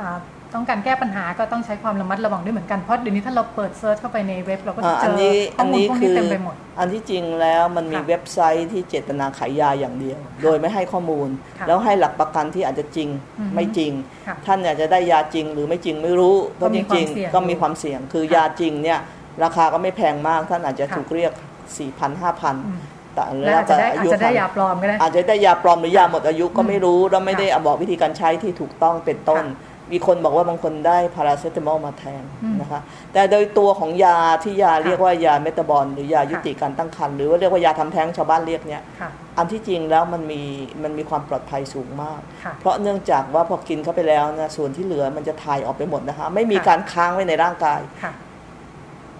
Speaker 2: อ่าต้องการแก้ปัญหาก็ต้องใช้ความระมัดระวังด้วยเหมือนกัน เพราะเดี๋ยวนี้ถ้าเราเปิดเซิร์ชเข้าไปในเว็บเราก็จะ
Speaker 8: อ่า
Speaker 2: เจ
Speaker 8: อัน
Speaker 2: อ
Speaker 8: นี้
Speaker 2: ข้อน มูลพวก
Speaker 8: อันี้คื
Speaker 2: นี้
Speaker 8: อ
Speaker 2: เต็มไปหมด
Speaker 8: อันที่จริงแล้วมันมี
Speaker 2: ค่ะ
Speaker 8: เว็บไซต์ที่เจตนาขายยาอย่างเดียว โดยไม่ให้ข้อมูล
Speaker 2: ค่ะ
Speaker 8: แล้วให้หลักประกันที่อาจจะจริง
Speaker 2: อืม
Speaker 8: ไม่จริง
Speaker 2: ค่ะ
Speaker 8: ท่านอยากจะได้ยาจริงหรือไม่จริงไม่รู้เพ
Speaker 2: ก็
Speaker 8: ราะ
Speaker 2: มี
Speaker 8: จ
Speaker 2: ความ
Speaker 8: ริง
Speaker 2: เสี่ยง
Speaker 8: ๆก็มีความเสี่ยง คือยาจริงเนี่ยราคาก็ไม่แพงมากท่านอาจจะ
Speaker 2: ค่ะ
Speaker 8: ถูกเรียก 4 0 0 0
Speaker 2: อืม
Speaker 8: 5,000แต่
Speaker 2: และอาจจะได้อาจจะได้ยา
Speaker 8: คัน
Speaker 2: ปลอมก็ได้
Speaker 8: อาจจะได้ยาปลอมหรือยาหมดอายุก็ไม่รู้แล้วไม่ได้
Speaker 2: ค่ะ
Speaker 8: บอกวิธีการใช้ที่ถูกต้องเป็นต้น
Speaker 2: ค่ะ
Speaker 8: มีคนบอกว่าบางคนได้พาราเซตามอลมาแทน
Speaker 2: อืม
Speaker 8: นะคะแต่โดยตัวของยาที่ยาเรียกว่ายาเมตาบอลหรือยายุติการตั้งครรภ์หรือว่าเรียกว่ายาทำแท้งชาวบ้านเรียกเนี่ย
Speaker 2: ค่ะ
Speaker 8: อันที่จริงแล้วมันมีมันมีความปลอดภัยสูงมาก
Speaker 2: ค่ะ
Speaker 8: เพราะเนื่องจากว่าพอกินเข้าไปแล้วนะส่วนที่เหลือมันจะถ่ายออกไปหมดนะคะไม่มี
Speaker 2: ค่ะ
Speaker 8: การค้างไว้ในร่างกาย
Speaker 2: ค่ะ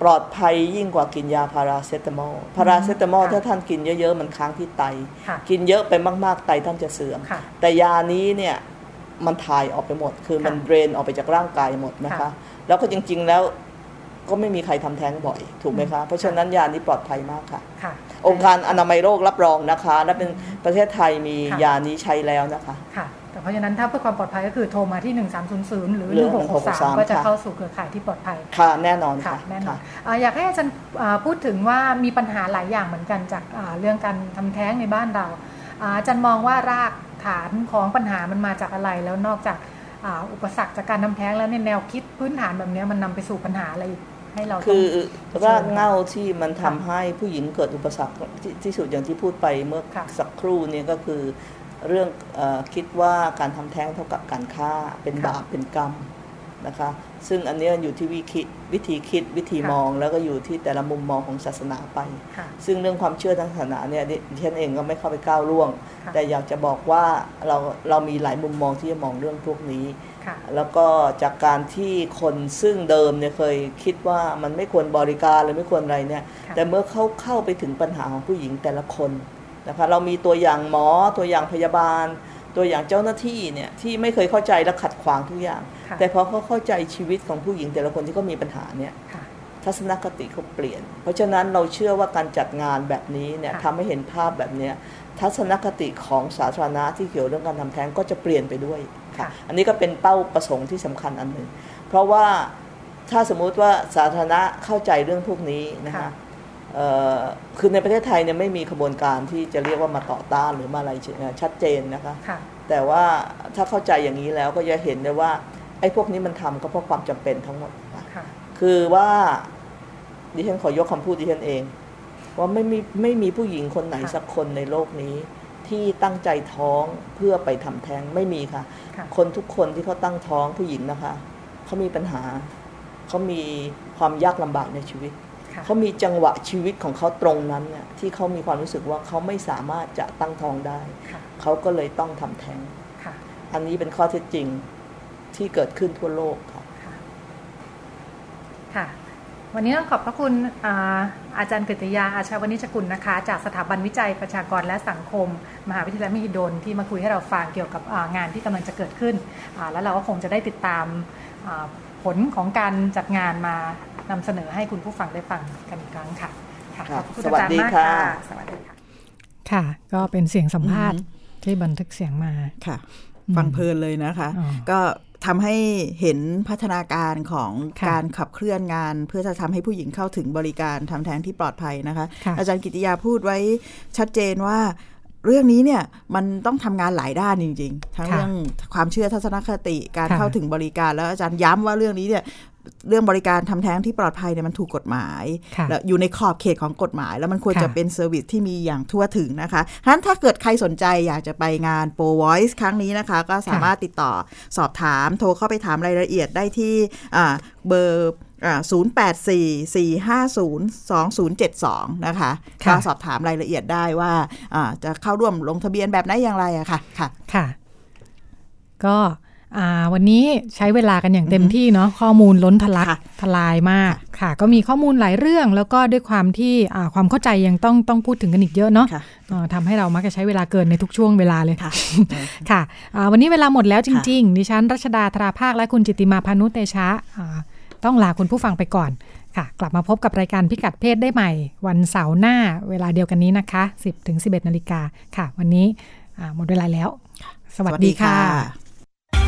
Speaker 8: ปลอดภัยยิ่งกว่ากินยาพาราเซตามอลพาราเซตามอล
Speaker 2: ค่ะ
Speaker 8: ถ้าท่านกินเยอะๆมันค้างที่ไต
Speaker 2: ค่ะ
Speaker 8: กินเยอะไปมากๆไตท่านจะเสื่อม
Speaker 2: ค่ะ
Speaker 8: แต่ยานี้เนี่ยมันถ่ายออกไปหมด คือมัน
Speaker 2: ค่ะ
Speaker 8: เดรนออกไปจากร่างกายหมดนะคะ
Speaker 2: ค่ะ
Speaker 8: แล้วก็จริงๆแล้วก็ไม่มีใครทำแท้งบ่อยถูกไหม
Speaker 2: อืม
Speaker 8: คะ เพราะ
Speaker 2: ค่ะ
Speaker 8: ฉะนั้นยานี้ปลอดภัยมากค่ะ
Speaker 2: ค่ะ
Speaker 8: องค์การอนามัยโลกรับรองนะคะและเป็นประเทศไทยมี
Speaker 2: ค่ะ
Speaker 8: ยานี้ใช้แล้วนะคะ
Speaker 2: ค่ะแต่เพราะฉะนั้นถ้าเพื่อความปลอดภัยก็คือโทรมาที่ 1300 หรือ
Speaker 8: หรือ
Speaker 2: 1663 ก็จะ
Speaker 8: ค่ะ
Speaker 2: เข้าสู่เครือข่ายที่ปลอดภัย
Speaker 8: ค่ะแน่นอน
Speaker 2: ค่ะ
Speaker 8: ค่ะ
Speaker 2: แน่นอนอ่าอยากให้อาจารย์อ่าพูดถึงว่ามีปัญหาหลายอย่างเหมือนกันจากอ่าเรื่องการทำแท้งในบ้านเราอ่าอาจารย์มองว่ารากฐานของปัญหามันมาจากอะไร แล้วนอกจากอ่าอุปสรรคจากการทำแท้งแล้วในยแนวคิดพื้นฐานแบบเนี้ยมันนำไปสู่ปัญหาอะไรอีกให้เรา
Speaker 8: คือ
Speaker 2: ต้ง
Speaker 8: รากเหง้าที่มันทำให้ผู้หญิงเกิดอุปสรรคที่ที่สุดอย่างที่พูดไปเมื่อ
Speaker 2: ค่ะ
Speaker 8: สักครู่เนี่ยก็คือเรื่องเออคิดว่าการทำแท้งเท่ากับการฆ่าเป็น
Speaker 2: ค่ะ
Speaker 8: บาปเป็นกรรมนะคะซึ่งอันเนี้ยอยู่ที่วิคิดวิธีคิดวิธี
Speaker 2: ค่ะ
Speaker 8: มองแล้วก็อยู่ที่แต่ละมุมมองของศาสนาไป
Speaker 2: ค่ะ
Speaker 8: ซึ่งเรื่องความเชื่อทางศาสนาเนี่ยดิดิฉันเองก็ไม่เข้าไปก้าวล่วง
Speaker 2: ค่ะ
Speaker 8: แต่อยากจะบอกว่าเราเรามีหลายมุมมองที่จะมองเรื่องพวกนี้
Speaker 2: ค่ะ
Speaker 8: แล้วก็จากการที่คนซึ่งเดิมเนี่ยเคยคิดว่ามันไม่ควรบริการหรือไม่ควรอะไรเนี่ย
Speaker 2: ค่ะ
Speaker 8: แต่เมื่อเข้าเข้าไปถึงปัญหาของผู้หญิงแต่ละคนนะคะเรามีตัวอย่างหมอตัวอย่างพยาบาล ตัวอย่างเจ้าหน้าที่เนี่ยที่ไม่เคยเข้าใจและขัดขวางทุกอย่าง
Speaker 9: ค่ะ
Speaker 8: แต่พอเขาเข้าใจชีวิตของผู้หญิงแต่ละคนที่เขามีปัญหาเนี่ย
Speaker 9: ค่ะ
Speaker 8: ทัศนคติเขาเปลี่ยน เพราะฉะนั้นเราเชื่อว่าการจัดงานแบบนี้เนี่ย
Speaker 9: ค่ะ
Speaker 8: ทำให้เห็นภาพแบบเนี้ยทัศนคติของสาธารณะที่เกี่ยวเรื่องการทำแท้งก็จะเปลี่ยนไปด้วยค่ะ อันนี้ก็เป็นเป้าประสงค์ที่สำคัญอันหนึ่ง เพราะว่าถ้าสมมุติว่าสาธารณะเข้าใจเรื่องพวกนี้นะคะ เอ่อคือในประเทศไทยเนี่ยไม่มีขบวนการที่จะเรียกว่ามาต่อต้านหรือมาอะไรเอ่อชัดเจนนะคะ
Speaker 9: ค่ะ
Speaker 8: แต่ว่าถ้าเข้าใจอย่างนี้แล้วก็จะเห็นได้ว่าไอ้พวกนี้มันทำก็เพราะความจำเป็นทั้งหมดนะ
Speaker 9: ค่ะ
Speaker 8: คือว่าดิฉันขอยกคำพูดดิฉันเอง ว่าไม่มีไม่มีผู้หญิงคนไหน
Speaker 9: ค่ะ
Speaker 8: สักคนในโลกนี้ ที่ตั้งใจท้องเพื่อไปทำแท้งไม่มีค่ะ
Speaker 9: ค่ะ
Speaker 8: คนทุกคนที่เขาตั้งท้องผู้หญิงนะคะเขามีปัญหาเขามีความยากลำบากในชีวิต
Speaker 9: ค่ะ
Speaker 8: เขามีจังหวะชีวิตของเขาตรงนั้นเนี่ยที่เขามีความรู้สึกว่าเขาไม่สามารถจะตั้งท้องได้
Speaker 9: ค่ะ
Speaker 8: เขาก็เลยต้องทำแท้ง
Speaker 9: ค่ะ
Speaker 8: อันนี้เป็นข้อเท็จจริงที่เกิดขึ้นทั่วโลกค่ะ
Speaker 9: ค่ะ ค่ะ วันนี้ต้องขอบพระคุณอ่าอาจารย์กฤติยา อาชาวนิชกุลนะคะ จากสถาบันวิจัยประชากรและสังคม มหาวิทยาลัยมหิดลที่มาคุยให้เราฟังเกี่ยวกับอ่างานที่กำลังจะเกิดขึ้นอ่าแล้วเราก็คงจะได้ติดตามอ่าผลของการจัดงานมานำเสนอให้คุณผู้ฟังได้ฟังกันอีกครั้งค่ะค่ะ
Speaker 8: ครับ
Speaker 9: ขอบคุณ
Speaker 8: ส
Speaker 9: อา
Speaker 8: วัส
Speaker 9: จาร
Speaker 8: ดี
Speaker 9: ย์มาก
Speaker 8: ค่ะ
Speaker 9: ค่ะ สวัสดีค่ะ
Speaker 2: ค่ะ ก็เป็นเสียงสัมภาษณ์ที่บันทึกเสียงมา
Speaker 3: ค่ะ
Speaker 2: อืม
Speaker 3: ฟังเพลินเลยนะคะ
Speaker 2: อ๋อ
Speaker 3: ก็ทำให้เห็นพัฒนาการของ
Speaker 2: ค่ะ
Speaker 3: การขับเคลื่อนงาน เพื่อจะทำให้ผู้หญิงเข้าถึงบริการทำแท้งที่ปลอดภัยนะคะ
Speaker 2: ค่ะ
Speaker 3: อาจารย์กิติยาพูดไว้ชัดเจนว่า เรื่องนี้เนี่ยมันต้องทำงานหลายด้านจริง ๆ ทั้ง
Speaker 2: ค่ะ
Speaker 3: เรื่องความเชื่อทัศนคติการ
Speaker 2: ค่ะ
Speaker 3: เข้าถึงบริการ แล้วอาจารย์ย้ำว่าเรื่องนี้เนี่ยเรื่องบริการทำแท้งที่ปลอดภัยเนี่ยมันถูกกฎหมาย
Speaker 2: ค่ะ
Speaker 3: แล้วอยู่ในขอบเขตของกฎหมาย แล้วมันควร
Speaker 2: ค่ะ
Speaker 3: จะเป็นเซอร์วิสที่มีอย่างทั่วถึงนะคะฉะนั้นถ้าเกิดใครสนใจอยากจะไปงาน Pro Voice ครั้งนี้นะคะ ก็สามารถติดต่อสอบถาม โทรเข้าไปถามรายละเอียดได้ที่อ่าเบอร์อ่า0844502072 นะคะ
Speaker 2: ค่ะ
Speaker 3: ก็สอบถามรายละเอียดได้ว่าอ่าจะเข้าร่วมลงทะเบียนแบบไหนอย่างไรอะค่ะค่ะ
Speaker 2: ค่ะ ก็อ่าวันนี้ใช้เวลากันอย่างเต็มที่เนาะข้อมูลล้นทะลัก
Speaker 3: ค่ะ
Speaker 2: ทลายมากค่ะ ก็มีข้อมูลหลายเรื่อง แล้วก็ด้วยความที่อ่าความเข้าใจยังต้องต้องพูดถึงกันอีกเยอะเนาะ
Speaker 3: ค่ะ
Speaker 2: เอ่อทำให้เรามักจะใช้เวลาเกินในทุกช่วงเวลาเลย
Speaker 3: ค่ะ
Speaker 2: ค่ะอ่าวันนี้เวลาหมดแล้วจริง ๆ ดิฉันรัชดาธราภาคและคุณจิตติมาพานุเตชะอ่าต้องลาคุณผู้ฟังไปก่อนค่ะ กลับมาพบกับรายการพิกัดเพศได้ใหม่ วันเสาร์หน้าเวลาเดียวกันนี้นะคะ 10ถึง11นาฬิกาค่ะ วันนี้อ่าหมดเวลาแล้ว สวัสดีค่ะ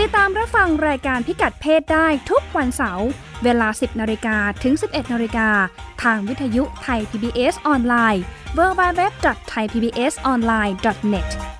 Speaker 1: ติดตามรับฟังรายการพิกัดเพศได้ทุกวันเสาร์เวลา 10นาฬิกาถึง 11นาฬิกาทางวิทยุไทย PBS ออนไลน์ www.thaipbsonline.net